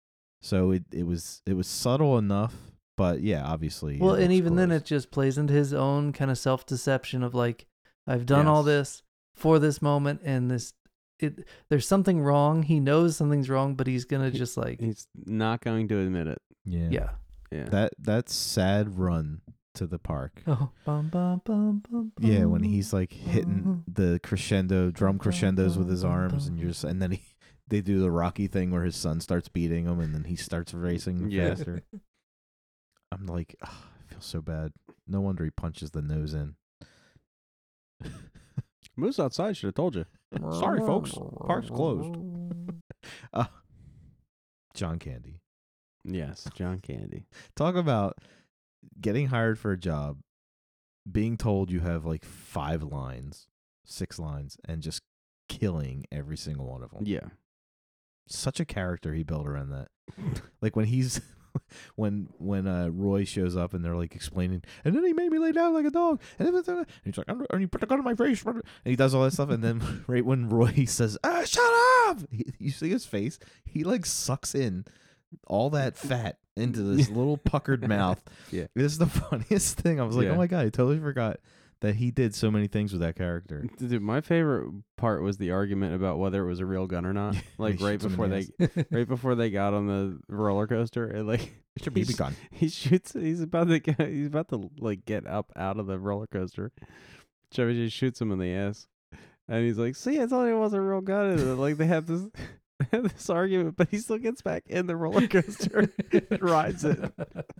Speaker 2: So it, it was it was subtle enough, but yeah, obviously.
Speaker 3: well,
Speaker 2: it
Speaker 3: and
Speaker 2: looks
Speaker 3: even then, it
Speaker 2: closed.
Speaker 3: just plays into his own kind of self deception of like, I've done all
Speaker 1: Yes.
Speaker 3: this for this moment and this. It, there's something wrong. He knows something's wrong, but he's gonna
Speaker 1: He-
Speaker 3: just like,
Speaker 1: He's not going to admit it.
Speaker 2: yeah.
Speaker 3: yeah,
Speaker 1: Yeah.
Speaker 2: That that sad run to the park.
Speaker 3: Oh, bum, bum, bum, bum,
Speaker 2: Yeah, when
Speaker 3: bum.
Speaker 2: he's like hitting the crescendo, drum crescendos with his arms, and you're just, and then he, they do the Rocky thing where his son starts beating him, and then he starts racing
Speaker 1: Yeah.
Speaker 2: [laughs]
Speaker 3: [laughs]
Speaker 2: faster. I'm like, "Ah, I feel so bad. No wonder he punches the nose in.
Speaker 1: Moose outside should have told you. Sorry, folks. Park's
Speaker 3: [laughs]
Speaker 1: closed. [laughs]
Speaker 2: Uh, John Candy.
Speaker 1: Yes, John Candy.
Speaker 2: Talk about getting hired for a job, being told you have like five lines, six lines, and just killing every single one of them.
Speaker 1: Yeah.
Speaker 2: Such a character he built around that.
Speaker 1: Hmm.
Speaker 2: [laughs] Like when he's when when uh Roy shows up and they're like explaining, and then he made me lay down like a dog, [laughs] and, then- and he's like, "I'm- and you put the gun in my face, [laughs] and he does all that stuff, and then [laughs] right when Roy says, ah, "Shut up," [laughs] he, you see his face. He like sucks in all
Speaker 1: [laughs]
Speaker 2: that fat into this little puckered mouth.
Speaker 1: Yeah.
Speaker 2: [laughs] this is the funniest thing. I was like,
Speaker 1: Yeah.
Speaker 2: "Oh my god!" I totally forgot that he did so many things with that character.
Speaker 1: Dude, my favorite part was the argument about whether it was a real gun or
Speaker 2: [laughs]
Speaker 1: not. Like
Speaker 2: He
Speaker 1: right
Speaker 2: shoots him
Speaker 1: before
Speaker 2: in the
Speaker 1: they
Speaker 2: ass.
Speaker 1: right before they got on the roller coaster and like
Speaker 2: It's a
Speaker 1: He's-
Speaker 2: BB gun.
Speaker 1: [laughs] he shoots he's about to go, he's about to like get up out of the roller coaster. Chevy just shoots him in the ass. And he's like, see, I told you it wasn't a real gun. And then, like they have this [laughs] they have this argument, but he still gets back in the roller coaster
Speaker 2: [laughs]
Speaker 1: and rides it. [laughs]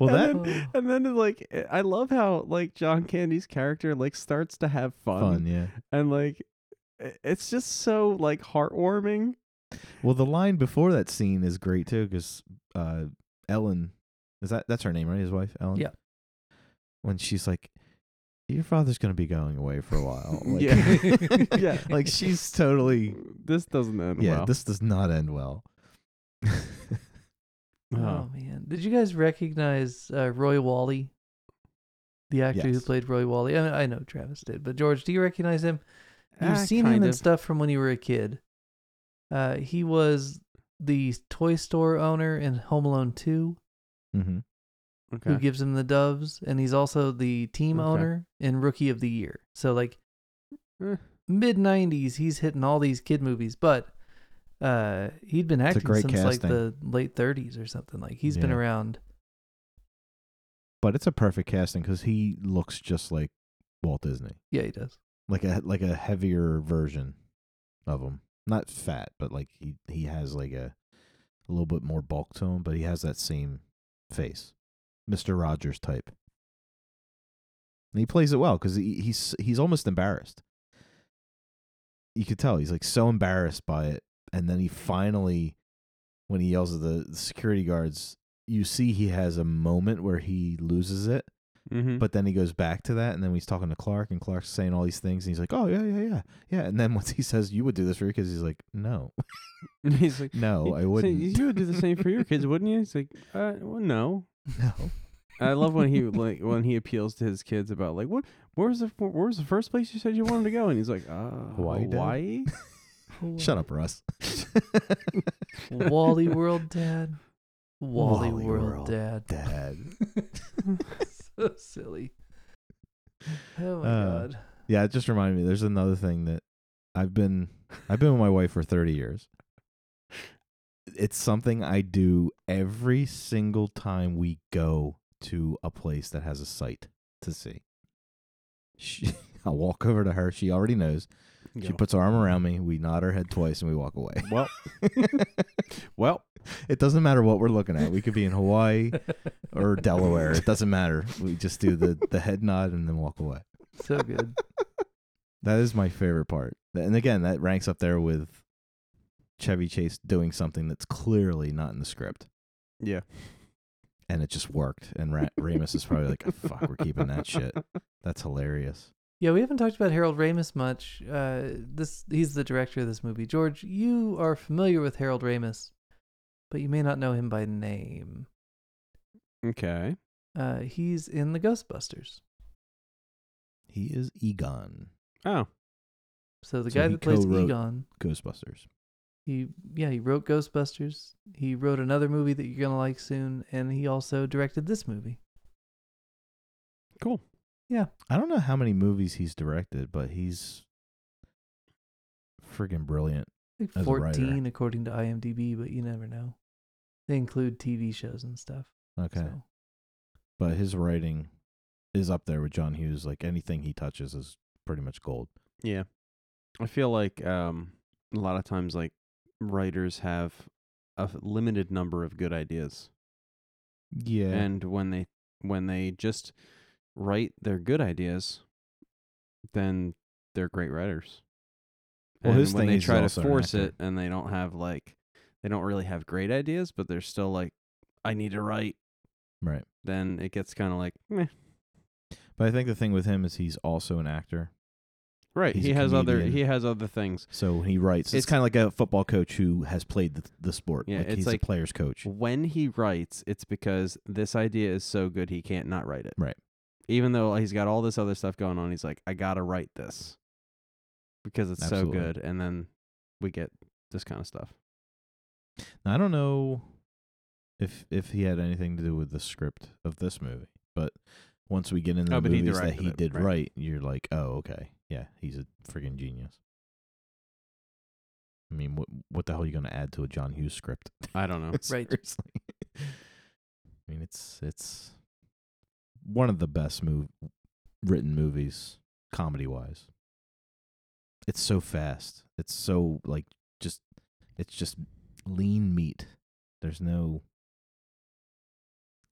Speaker 2: Well, that
Speaker 1: and then, and then like I love how like John Candy's character like starts to have
Speaker 2: fun, yeah.
Speaker 1: and like i- it's just so like heartwarming.
Speaker 2: Well, the line before that scene is great too, because uh, Ellen is that that's her name, right? His wife, Ellen.
Speaker 3: Yeah.
Speaker 2: When she's like, "Your father's gonna be going away for
Speaker 1: [laughs]
Speaker 2: a while." Like, [laughs]
Speaker 1: Yeah. Yeah.
Speaker 2: Like she's totally.
Speaker 1: This doesn't end
Speaker 2: Yeah.
Speaker 1: well.
Speaker 2: This does not end well. [laughs]
Speaker 1: Oh.
Speaker 3: Oh man, did you guys recognize uh, Roy Wally, the actor who
Speaker 2: Yes.
Speaker 3: played Roy Wally? I, I know Travis did, but George, do you recognize him? You've
Speaker 1: Ah,
Speaker 3: seen
Speaker 1: kind
Speaker 3: him in
Speaker 1: of.
Speaker 3: stuff from when you were a kid. Uh, he was the toy store owner in Home Alone Two,
Speaker 2: hmm
Speaker 1: Okay.
Speaker 3: who gives him the doves, and he's also the team
Speaker 1: Okay.
Speaker 3: owner and Rookie of the Year. So like
Speaker 1: Eh.
Speaker 3: mid '90s, he's hitting all these kid movies, but uh, he'd been acting
Speaker 2: great
Speaker 3: since like
Speaker 2: casting.
Speaker 3: the late '30s or something. Like he's been
Speaker 2: Yeah.
Speaker 3: around.
Speaker 2: But it's a perfect casting because he looks just like Walt Disney,
Speaker 3: Yeah, he does.
Speaker 2: like a like a heavier version of him. Not fat, but like he he has like a a little bit more bulk to him, but he has that same face, Mister Rogers type. And he plays it well because he, he's he's almost embarrassed. You could tell he's like so embarrassed by it, and then he finally, when he yells at the, the security guards, you see he has a moment where he loses it,
Speaker 1: Mm-hmm.
Speaker 2: but then he goes back to that, and then he's talking to Clark, and Clark's saying all these things, and he's like, "Oh yeah, yeah, yeah, yeah." And then [laughs] once he says, "You would do this for your kids," he's like,
Speaker 1: [laughs]
Speaker 2: "No,
Speaker 1: he's like,
Speaker 2: no,
Speaker 1: "You-
Speaker 2: Oh, I
Speaker 1: say-
Speaker 2: wouldn't."
Speaker 1: you would do the same for your
Speaker 2: [laughs]
Speaker 1: kids, wouldn't you? He's like, uh, well, no.
Speaker 2: No.
Speaker 1: I love when he like when he appeals to his kids about like what where was the where was the first place you said you wanted to go and he's like uh,
Speaker 2: Hawaii, Dad?"
Speaker 1: Hawaii
Speaker 2: [laughs]
Speaker 3: [laughs]
Speaker 2: Shut
Speaker 1: [laughs]
Speaker 2: up, Russ. [laughs]
Speaker 3: Wally World Dad. Wally,
Speaker 2: Wally
Speaker 3: World,
Speaker 2: World.
Speaker 3: Dad.
Speaker 2: Dad.
Speaker 3: [laughs] so silly. Oh my
Speaker 2: Uh,
Speaker 3: god.
Speaker 2: [laughs]
Speaker 3: [laughs]
Speaker 2: Yeah, it just reminded me. There's another thing that I've been I've been with my wife for 30 years. It's something I do every single time we go to a place that has a site to see. She, [laughs] I walk over to her. She already knows. She
Speaker 1: Go.
Speaker 2: puts her arm around me. We nod her head twice and we walk away.
Speaker 1: well
Speaker 2: [laughs]
Speaker 1: well
Speaker 2: It doesn't matter what we're looking at. We could be in Hawaii or Delaware. It doesn't matter. We just do the, the head nod and then walk away. [laughs]
Speaker 3: So good.
Speaker 2: That is my favorite part. And again, that ranks up there with Chevy Chase doing something that's clearly not in the script.
Speaker 1: yeah
Speaker 2: And it just worked. And
Speaker 1: [laughs]
Speaker 2: Ra- Ramus is probably like, "Ah, fuck, we're keeping that shit. That's hilarious.
Speaker 3: Yeah, we haven't talked about Harold Ramis much. Uh, this he's the director of this movie. George, you are familiar with Harold Ramis, but you may not know him by name.
Speaker 1: okay
Speaker 3: Uh, he's in the Ghostbusters.
Speaker 2: He is Egon,
Speaker 1: oh
Speaker 3: So the
Speaker 2: So
Speaker 3: guy
Speaker 2: he
Speaker 3: that plays
Speaker 2: co-wrote-
Speaker 3: Egon,
Speaker 2: Ghostbusters.
Speaker 3: he yeah, he wrote Ghostbusters. He wrote another movie that you're gonna like soon, and he also directed this movie.
Speaker 1: cool
Speaker 2: I don't know how many movies he's directed, but he's friggin' brilliant.
Speaker 3: like
Speaker 2: as a writer.
Speaker 3: 14 according to
Speaker 2: [laughs]
Speaker 3: IMDb, but you never know. They include TV shows and stuff.
Speaker 2: Okay.
Speaker 3: So
Speaker 2: but his writing is up there with John Hughes. Like anything he touches is pretty much gold.
Speaker 1: Yeah. I feel like um a lot of times like writers have a f- limited number of good ideas.
Speaker 2: Yeah,
Speaker 1: And when they when they just write their good ideas, then they're great writers.
Speaker 2: Well,
Speaker 1: and
Speaker 2: his
Speaker 1: when
Speaker 2: thing
Speaker 1: they
Speaker 2: is he's
Speaker 1: try to
Speaker 2: also an
Speaker 1: force
Speaker 2: actor.
Speaker 1: it and they don't have like they don't really have great ideas, but they're still like I need to write,
Speaker 2: right.
Speaker 1: then it gets kind of like meh.
Speaker 2: But I think the thing with him is he's also an actor.
Speaker 1: Right.
Speaker 2: He's
Speaker 1: he
Speaker 2: a
Speaker 1: has other
Speaker 2: comedian.
Speaker 1: he has other things.
Speaker 2: So when he writes, it's,
Speaker 1: It's-
Speaker 2: kind of like a football coach who has played the, the sport.
Speaker 1: Yeah,
Speaker 2: like
Speaker 1: it's
Speaker 2: he's
Speaker 1: like-
Speaker 2: a player's coach.
Speaker 1: When he writes, it's because this idea is so good he can't not write it.
Speaker 2: Right.
Speaker 1: Even though he's got all this other stuff going on, he's like, I gotta write this because it's
Speaker 2: Absolutely.
Speaker 1: so good, and then we get this kind of stuff.
Speaker 2: Now, I don't know if if he had anything to do with the script of this movie, but once we get into
Speaker 1: Oh,
Speaker 2: the
Speaker 1: but he
Speaker 2: movies that
Speaker 1: directed
Speaker 2: he
Speaker 1: it,
Speaker 2: did
Speaker 1: right.
Speaker 2: right, you're like, oh, okay, yeah, he's a freaking genius. I mean, what what the hell are you going to add to a John Hughes script?
Speaker 1: I
Speaker 2: [laughs]
Speaker 1: don't know.
Speaker 3: Right.
Speaker 2: Seriously. I mean, it's it's one of the best move written movies comedy wise. It's so fast. It's so like just it's just lean meat. There's no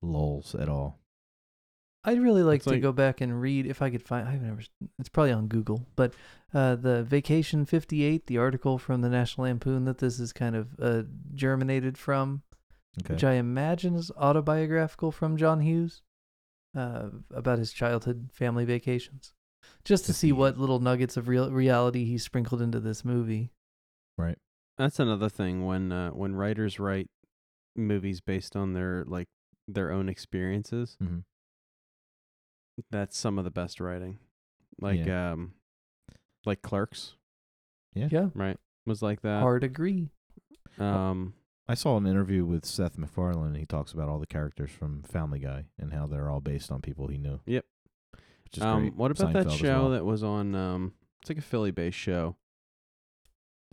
Speaker 2: lulls at all.
Speaker 3: I'd really like
Speaker 1: It's
Speaker 3: to
Speaker 1: like-
Speaker 3: go back and read if I could find. I've never. It's probably on Google, but uh, the Vacation '58, the article from the National Lampoon that this is kind of uh, germinated from,
Speaker 2: Okay.
Speaker 3: which I imagine is autobiographical from John Hughes, uh, about his childhood family vacations, just to see
Speaker 2: 58.
Speaker 3: what little nuggets of real reality he sprinkled into this movie.
Speaker 1: That's another thing when uh, when writers write movies based on their like their own experiences.
Speaker 2: Mhm.
Speaker 1: That's some of the best writing. Like um, like Clerks,
Speaker 2: Yeah.
Speaker 3: Yeah,
Speaker 1: right? Was like that.
Speaker 3: hard uh, agree.
Speaker 1: Um,
Speaker 2: I saw an interview with Seth MacFarlane. and He talks about all the characters from Family Guy and how they're all based on people he knew.
Speaker 1: Yep.
Speaker 2: Which is
Speaker 1: um,
Speaker 2: great.
Speaker 1: what about
Speaker 2: Seinfeld
Speaker 1: that
Speaker 2: as
Speaker 1: show
Speaker 2: well.
Speaker 1: that was on? Um, it's like a Philly-based show.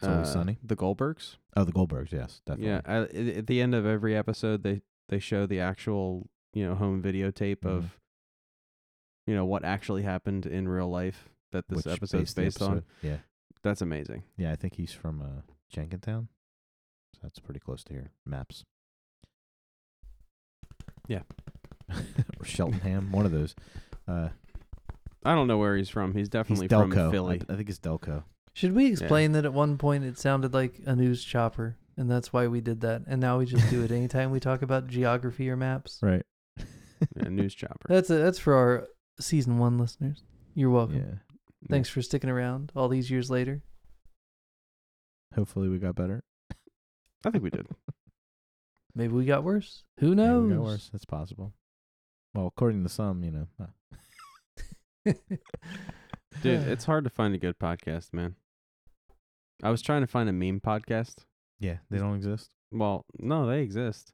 Speaker 1: Uh,
Speaker 2: It's Always Sunny?
Speaker 1: The Goldbergs.
Speaker 2: Oh, the Goldbergs. Yes, definitely.
Speaker 1: Yeah. I, at- at the end of every episode, they they show the actual you know home videotape
Speaker 2: Mhm.
Speaker 1: of you know what actually happened in real life that this
Speaker 2: which
Speaker 1: episode's
Speaker 2: the
Speaker 1: based on.
Speaker 2: episode- Yeah,
Speaker 1: That's amazing.
Speaker 2: yeah. I think he's from uh, Jenkintown, so that's pretty close to here. Maps. [laughs]
Speaker 1: Yeah.
Speaker 2: or Sheltonham, one of those. Uh,
Speaker 1: I don't know where he's from. He's definitely
Speaker 2: he's
Speaker 1: from
Speaker 2: Delco. I-
Speaker 1: Philly.
Speaker 2: I, think it's Delco.
Speaker 3: Should we explain that at one point it sounded like a news chopper, and that's why we did that, and now we just do it anytime we talk about geography or maps.
Speaker 2: Right.
Speaker 1: [laughs] Yeah, news chopper.
Speaker 3: That's a, that's for our season one listeners. You're welcome.
Speaker 2: [laughs] Yeah.
Speaker 3: Thanks for sticking around all these years later.
Speaker 2: Hopefully we got better.
Speaker 1: I think we
Speaker 2: [laughs]
Speaker 1: did.
Speaker 3: Maybe we got worse. Who
Speaker 2: Maybe
Speaker 3: knows?
Speaker 2: we got worse. That's possible. Well, according to some, you know. uh,
Speaker 3: [laughs]
Speaker 1: Dude, it's hard to find a good podcast, man. I was trying to find a meme podcast.
Speaker 2: yeah, they don't exist.
Speaker 1: Well, no, they exist.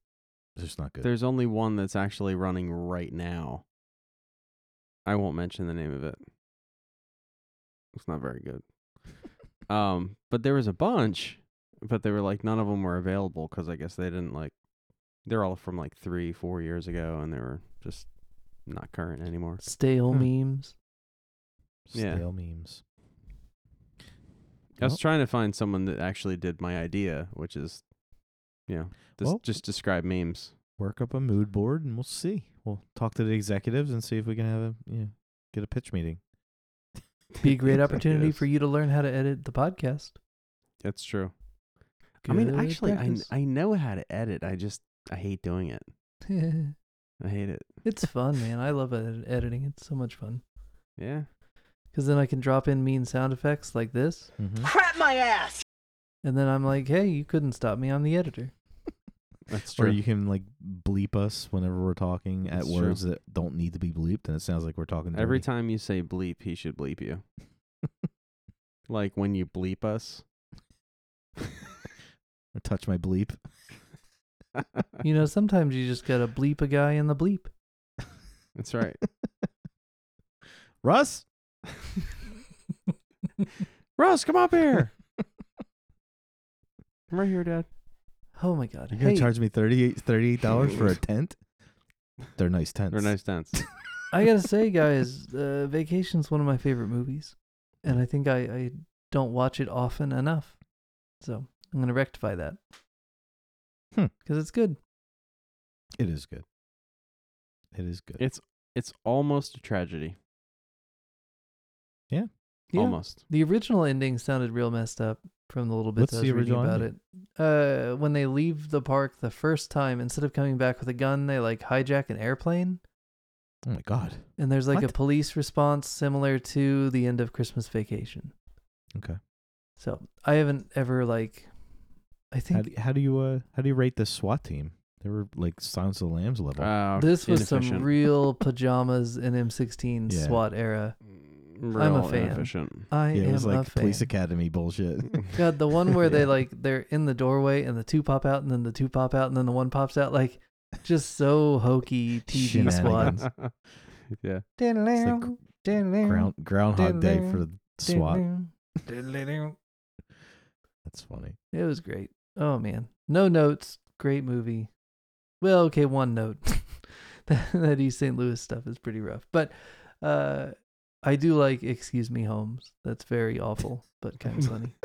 Speaker 2: It's just not good.
Speaker 1: There's only one that's actually running right now. I won't mention the name of it. It's not very
Speaker 3: [laughs]
Speaker 1: good. Um, but there was a bunch, but they were like none of them were available because I guess they didn't like. They're all from like three, four years ago, and they were just not current anymore. [laughs]
Speaker 3: Stale
Speaker 2: Hmm.
Speaker 3: memes.
Speaker 1: yeah.
Speaker 2: Stale memes.
Speaker 1: I was
Speaker 2: Well-
Speaker 1: trying to find someone that actually did my idea, which is, you know, just
Speaker 2: Well-
Speaker 1: just describe memes.
Speaker 2: work up a mood board and we'll see. We'll talk to the executives and see if we can have a you know, get a pitch meeting.
Speaker 3: Be
Speaker 1: [laughs]
Speaker 3: a great opportunity
Speaker 1: Yes.
Speaker 3: for you to learn how to edit the podcast.
Speaker 1: That's true. I mean,
Speaker 3: Good
Speaker 1: actually, I, kn-
Speaker 3: practice.
Speaker 1: I know how to edit. I just I hate doing it. I hate it.
Speaker 3: [laughs] it's fun, man. I love edit- editing. It's so much fun
Speaker 1: Yeah.
Speaker 3: because then I can drop in mean sound effects like this,
Speaker 2: Mm-hmm.
Speaker 5: Crap my ass!
Speaker 3: and then I'm like, "Hey, you couldn't stop me. I'm the editor."
Speaker 1: That's
Speaker 2: Or you can like bleep us whenever we're talking
Speaker 1: That's
Speaker 2: at
Speaker 1: true.
Speaker 2: words that don't need to be bleeped, and it sounds like we're talking.
Speaker 1: Every
Speaker 2: dirty.
Speaker 1: time you say bleep, he should bleep
Speaker 3: [laughs]
Speaker 1: you. like when you bleep us. [laughs]
Speaker 2: Or touch my bleep.
Speaker 3: You know, sometimes you just gotta bleep a guy in the bleep.
Speaker 1: That's
Speaker 3: [laughs]
Speaker 1: right.
Speaker 2: Russ,
Speaker 1: Russ, come up [laughs] here. I'm right here, Dad.
Speaker 3: oh my god!
Speaker 2: you're gonna
Speaker 3: Hey,
Speaker 2: charge me 38 dollars for a tent? They're nice tents.
Speaker 1: They're
Speaker 2: [laughs]
Speaker 1: nice tents.
Speaker 3: [laughs] I gotta say, guys, uh, Vacation's one of my favorite movies, and I think I, I don't watch it often enough. So I'm gonna rectify that.
Speaker 2: Hmm.
Speaker 3: Because it's good.
Speaker 2: It is good. It is good.
Speaker 1: it's it's almost a tragedy.
Speaker 3: Yeah.
Speaker 1: Almost.
Speaker 3: The original ending sounded real messed up from the little bits
Speaker 2: What's
Speaker 3: I was
Speaker 2: the
Speaker 3: reading
Speaker 2: original
Speaker 3: about it. Uh, when they leave the park the first time, instead of coming back with a gun, they like hijack an airplane.
Speaker 2: oh my god.
Speaker 3: And there's like a
Speaker 2: What?
Speaker 3: police response similar to the end of Christmas Vacation.
Speaker 2: Okay.
Speaker 3: So I haven't ever like, I
Speaker 2: How
Speaker 3: think
Speaker 2: do, how do you uh how do you rate this SWAT team? They were like Silence of the Lambs level.
Speaker 1: Uh,
Speaker 3: this was some
Speaker 1: inefficient.
Speaker 3: real pajamas and M16
Speaker 2: Yeah.
Speaker 3: SWAT era.
Speaker 1: Mm, Real
Speaker 3: I'm a fan. [laughs]
Speaker 1: Inefficient.
Speaker 3: I
Speaker 2: yeah,
Speaker 3: am
Speaker 2: it was
Speaker 3: a
Speaker 2: like
Speaker 3: fan.
Speaker 2: police academy bullshit. [laughs]
Speaker 3: God, the one where they
Speaker 2: Yeah.
Speaker 3: like they're in the doorway and the two pop out and then the two pop out and then the one pops out like just so hokey TV
Speaker 1: [laughs]
Speaker 2: Shenanigans.
Speaker 3: squad.
Speaker 1: yeah.
Speaker 2: Ground Groundhog Day for the SWAT.
Speaker 3: It
Speaker 2: That's funny.
Speaker 3: was great. Oh man, no notes. Great movie. Well, okay, one note. [laughs] that, that East St. Louis stuff is pretty rough, but uh, I do like "Excuse Me, Holmes." That's very awful, but kind
Speaker 2: [laughs]
Speaker 3: of funny.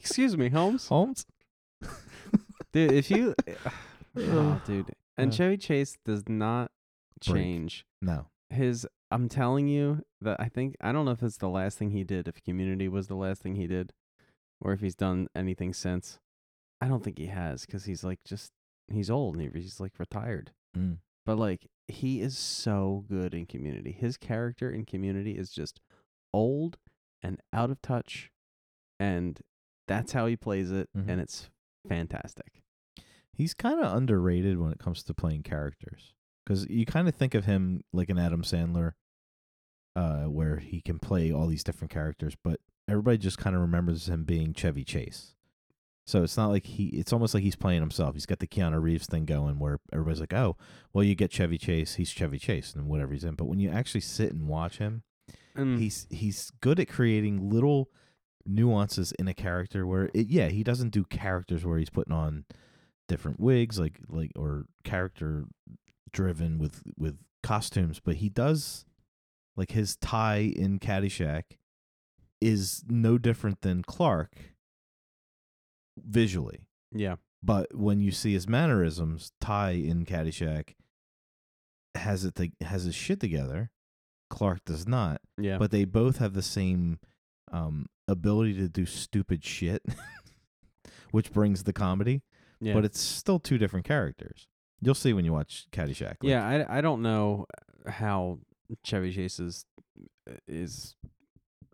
Speaker 1: Excuse me, Holmes.
Speaker 2: Holmes.
Speaker 1: Dude, if
Speaker 3: [laughs]
Speaker 1: you
Speaker 3: Ugh.
Speaker 1: oh,
Speaker 2: Ah,
Speaker 1: dude. And
Speaker 2: Yeah.
Speaker 1: Chevy Chase does not
Speaker 2: Break.
Speaker 1: change
Speaker 2: No.
Speaker 1: his I'm telling you that I think I don't know if it's the last thing he did, if community was the last thing he did, or if he's done anything since. I don't think he has because he's like just he's old and he- he's like retired.
Speaker 2: Mm.
Speaker 1: But like he is so good in community. His character in community is just old and out of touch and that's how he plays it
Speaker 2: Mhm.
Speaker 1: and it's fantastic.
Speaker 2: He's kind of underrated when it comes to playing characters because you kind of think of him like an Adam Sandler, uh, where he can play all these different characters, but everybody just kind of remembers him being Chevy Chase. So it's not like he. It's almost like he's playing himself. He's got the Keanu Reeves thing going, where everybody's like, "Oh, well, you get Chevy Chase. He's Chevy Chase, and whatever he's in." But when you actually sit and watch him,
Speaker 1: And
Speaker 2: he's he's good at creating little nuances in a character where it, yeah he doesn't do characters where he's putting on different wigs like like or character driven with with costumes but he does like his tie in Caddyshack is no different than Clark visually
Speaker 1: yeah.
Speaker 2: but when you see his mannerisms, Ty in Caddyshack has it to, has his shit together. Clark does not,
Speaker 1: Yeah.
Speaker 2: but they both have the same um, ability to do stupid shit, [laughs] which brings the comedy.
Speaker 1: yeah.
Speaker 2: But it's still two different characters. You'll see when you watch Caddyshack. like,
Speaker 1: Yeah, I, I don't know how Chevy Chase is uh, is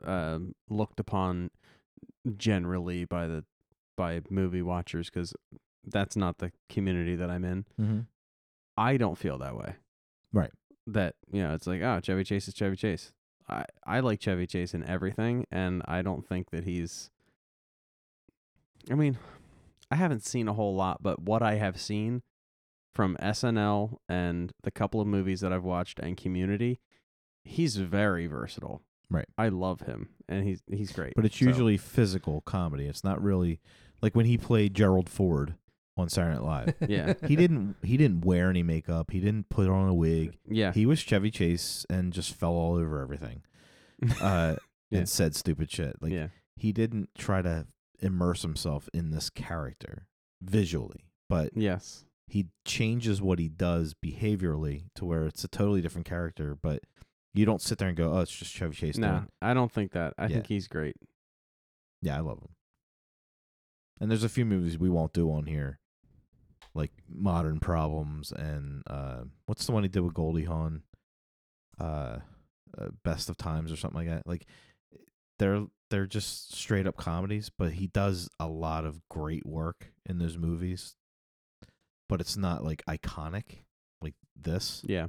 Speaker 1: um, looked upon generally by the by movie watchers because that's not the community that I'm in.
Speaker 2: mhm.
Speaker 1: I don't feel that way.
Speaker 2: Right.
Speaker 1: That you know, it's like oh, Chevy Chase is Chevy Chase. I I like Chevy Chase in everything, and I don't think that he's. I mean, I haven't seen a whole lot, but what I have seen from SNL and the couple of movies that I've watched and Community, he's very versatile.
Speaker 2: Right.
Speaker 1: I love him, and he's he's great.
Speaker 2: But it's
Speaker 1: So,
Speaker 2: usually physical comedy. It's not really like when he played Gerald Ford on Saturday Night
Speaker 1: [laughs]
Speaker 2: Live.
Speaker 3: [laughs]
Speaker 1: Yeah.
Speaker 2: he didn't he didn't wear any makeup. He didn't put on a wig.
Speaker 1: yeah.
Speaker 2: He was Chevy Chase and just fell all over everything uh,
Speaker 1: [laughs] Yeah.
Speaker 2: and said stupid shit. Like
Speaker 1: yeah.
Speaker 2: he didn't try to immerse himself in this character visually, but
Speaker 1: Yes.
Speaker 2: he changes what he does behaviorally to where it's a totally different character. But you don't sit there and go, "Oh, it's just Chevy Chase."
Speaker 1: No,
Speaker 2: doing it."
Speaker 1: I don't think that. I
Speaker 2: Yeah.
Speaker 1: think he's great.
Speaker 2: Yeah, I love him. And there's a few movies we won't do on here, like Modern Problems and uh, what's the one he did with Goldie Hawn, uh, uh, Best of Times or something like that. Like they're they're just straight up comedies, but he does a lot of great work in those movies. But it's not like iconic like this.
Speaker 1: Yeah.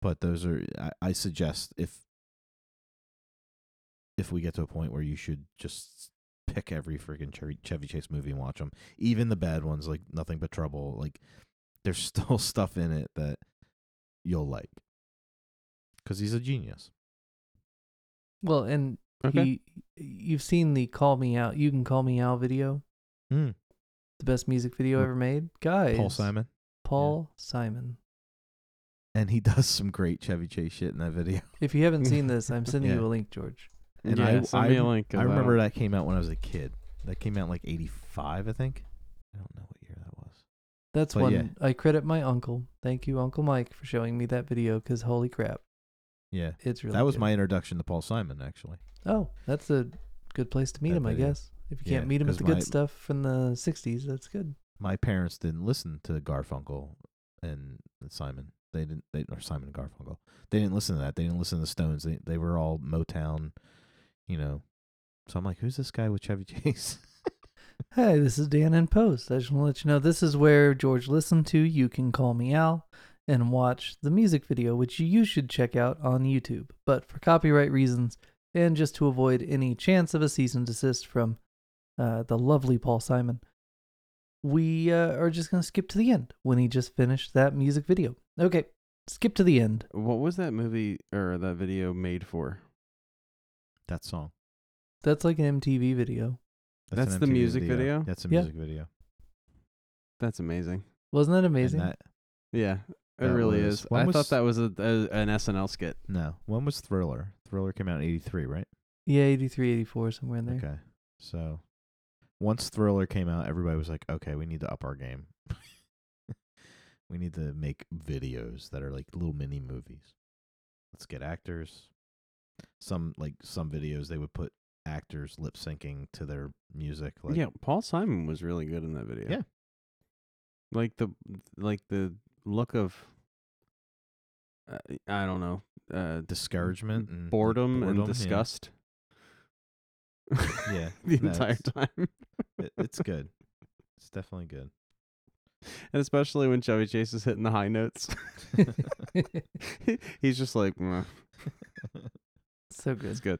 Speaker 2: But those are I, I suggest if if we get to a point where you should just pick every freaking Chevy, Chevy Chase movie and watch them, even the bad ones like Nothing But Trouble, like there's [laughs] still stuff in it that you'll like because he's a genius.
Speaker 3: well, and
Speaker 1: Okay.
Speaker 3: he, you've seen the "Call Me Out," you can call me out video,
Speaker 2: Mm.
Speaker 3: the best music video
Speaker 2: With
Speaker 3: ever made, guys.
Speaker 2: Paul Simon,
Speaker 3: Paul Simon.
Speaker 2: and he [laughs] does some great Chevy Chase shit in that [laughs] video.
Speaker 3: If you haven't seen
Speaker 2: [laughs]
Speaker 3: this, I'm sending
Speaker 2: Yeah.
Speaker 3: you a link, George.
Speaker 2: And
Speaker 1: yeah, uh,
Speaker 2: I-
Speaker 1: send me a
Speaker 2: I-
Speaker 1: link 'cause
Speaker 2: I remember
Speaker 1: don't-
Speaker 2: that came out when I was a kid. That came out in like '85, I think. I don't know what year that was.
Speaker 3: That's
Speaker 2: But
Speaker 3: one.
Speaker 2: yeah.
Speaker 3: I credit my uncle. Thank you, Uncle Mike, for showing me that video. Because holy crap,
Speaker 2: Yeah,
Speaker 3: it's really
Speaker 2: that was
Speaker 3: good.
Speaker 2: my introduction to Paul Simon, actually.
Speaker 3: Oh, that's a good place to meet
Speaker 2: That
Speaker 3: him, I
Speaker 2: video.
Speaker 3: guess. If you
Speaker 2: Yeah,
Speaker 3: can't meet him at
Speaker 2: 'cause
Speaker 3: the
Speaker 2: my-
Speaker 3: good stuff from the '60s, that's good.
Speaker 2: My parents didn't listen to Garfunkel and Simon. They didn't. They or Simon and Garfunkel. They didn't listen to that. They didn't listen to the Stones. They they were all Motown, you know. So I'm like, who's this guy with Chevy [laughs] Chase?
Speaker 3: Hey, this is Dan in post. I just want to let you know this is where George listened to "You Can Call Me Al" and watch the music video, which you should check out on YouTube. But for copyright reasons and just to avoid any chance of a cease and desist from uh, the lovely Paul Simon, we uh, are just going to skip to the end when he just finished that music video. Okay, skip to the end.
Speaker 1: What was that movie or that video made for?
Speaker 2: that song.
Speaker 3: That's like an MTV video.
Speaker 2: an
Speaker 1: That's the
Speaker 2: MTV
Speaker 1: music video?
Speaker 2: That's a
Speaker 3: Yeah.
Speaker 2: music video.
Speaker 1: That's amazing.
Speaker 3: Wasn't that
Speaker 2: And
Speaker 3: amazing?
Speaker 2: that-
Speaker 1: Yeah, it
Speaker 2: That
Speaker 1: really
Speaker 2: was-
Speaker 1: is.
Speaker 2: when
Speaker 1: I
Speaker 2: was-
Speaker 1: thought that was a, a an SNL skit.
Speaker 2: no, when was Thriller? Thriller came out in '83, right?
Speaker 3: yeah, 83, 84, somewhere in there.
Speaker 2: Okay. So once Thriller came out, everybody was like, okay, we need to up our game. [laughs] we need to make videos that are like little mini movies. Let's get actors. Some like some videos they would put actors lip syncing to their music. Like
Speaker 1: yeah, Paul Simon was really good in that video.
Speaker 2: Yeah.
Speaker 1: Like the like the look of uh, I don't know, uh
Speaker 2: discouragement and like,
Speaker 1: boredom, and
Speaker 2: yeah.
Speaker 1: disgust.
Speaker 2: [laughs]
Speaker 1: [laughs]
Speaker 2: Yeah.
Speaker 1: the
Speaker 2: No,
Speaker 1: entire
Speaker 2: it's-
Speaker 1: time. [laughs]
Speaker 2: it- it's good. It's definitely good. [laughs]
Speaker 1: And especially when Chevy Chase is hitting the high
Speaker 2: [laughs]
Speaker 1: notes. [laughs] He's just like, "Mwah,
Speaker 3: So good.
Speaker 1: it's good.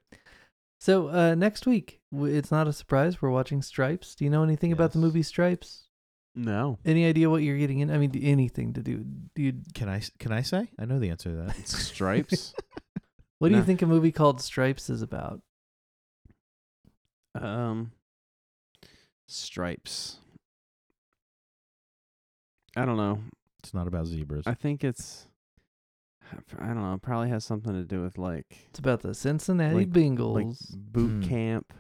Speaker 3: So uh, next week, w- it's not a surprise. We're watching Stripes. Do you know anything about the
Speaker 2: Yes.
Speaker 3: movie Stripes?
Speaker 1: No.
Speaker 3: Any idea what you're getting in? I mean, d- anything to do? Do you?
Speaker 2: Can I s- can I say? I know the answer to that. [laughs]
Speaker 1: Stripes?
Speaker 3: What do you
Speaker 1: No.
Speaker 3: think a movie called Stripes is about?
Speaker 1: um Stripes. I don't know.
Speaker 2: It's not about zebras.
Speaker 1: I think it's I don't know, it probably has something to do with like
Speaker 3: It's about the Cincinnati
Speaker 1: Like-
Speaker 3: Bengals.
Speaker 1: like boot
Speaker 2: Hmm.
Speaker 1: camp,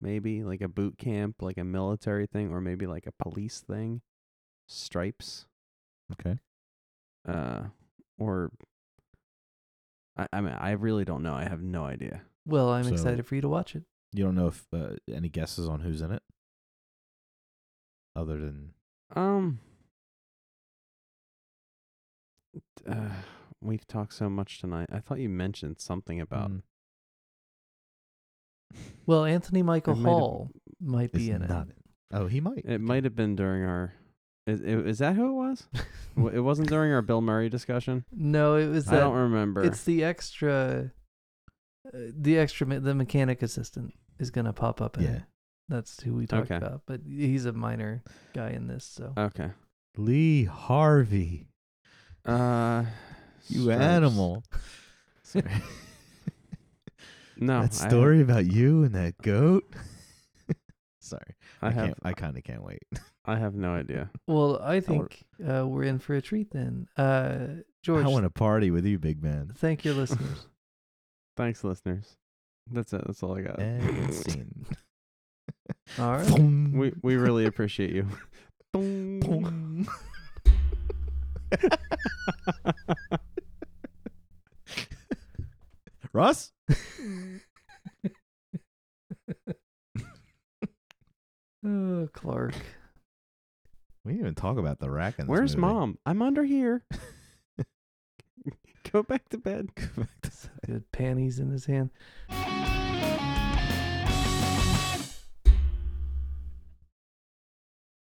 Speaker 1: maybe like a boot camp, like a military thing, or maybe like a police thing, stripes,
Speaker 2: okay.
Speaker 1: uh, or I, I mean, I really don't know. I have no idea.
Speaker 3: well, I'm
Speaker 2: so-
Speaker 3: excited for you to watch it.
Speaker 2: You don't know if uh, any guesses on who's in it, other than
Speaker 1: Um, uh, we've talked so much tonight. I thought you mentioned something about
Speaker 2: Mm.
Speaker 3: Well, Anthony Michael
Speaker 1: It might have-
Speaker 3: Hall might
Speaker 2: Is
Speaker 3: be in it. [laughs]
Speaker 2: not Oh, he might.
Speaker 1: it. Might have been during our. Is, is that who it
Speaker 2: [laughs]
Speaker 1: was? W- it wasn't during our Bill Murray discussion.
Speaker 3: No, it was
Speaker 1: I
Speaker 3: that.
Speaker 1: don't remember.
Speaker 3: It's the extra, uh, the extra, me- the mechanic assistant is gonna pop up. In
Speaker 2: Yeah.
Speaker 3: it. that's who we talked
Speaker 1: Okay.
Speaker 3: about. But he's a minor guy in this, so
Speaker 1: okay.
Speaker 2: Lee Harvey.
Speaker 1: Uh,
Speaker 2: You
Speaker 1: stripes.
Speaker 2: [laughs] animal. Sorry.
Speaker 1: No,
Speaker 2: that
Speaker 1: I have-
Speaker 2: story about you and that goat. [laughs] Sorry,
Speaker 1: I,
Speaker 2: can't.
Speaker 1: have.
Speaker 2: I kind of can't wait.
Speaker 1: I have no
Speaker 2: [laughs]
Speaker 1: idea.
Speaker 3: Well, I
Speaker 2: wanna-
Speaker 3: think uh, we're in for a treat then. Uh, George,
Speaker 2: I [laughs] want to party with you, big man.
Speaker 3: thank your listeners.
Speaker 1: [laughs] Thanks, listeners. That's it. That's all I got. [laughs]
Speaker 2: And scene. [laughs]
Speaker 3: All right. [laughs]
Speaker 2: Thong.
Speaker 1: Uh, we we really appreciate
Speaker 2: [laughs]
Speaker 1: you. Boom.
Speaker 2: Thong. Russ.
Speaker 3: oh, Clark.
Speaker 2: We didn't even talk about the rack in this
Speaker 1: Where's
Speaker 2: movie.
Speaker 1: mom? I'm under
Speaker 2: [laughs]
Speaker 1: here. [laughs] Go back to bed.
Speaker 2: [laughs]
Speaker 3: Good panties in his hand.
Speaker 4: Thank you.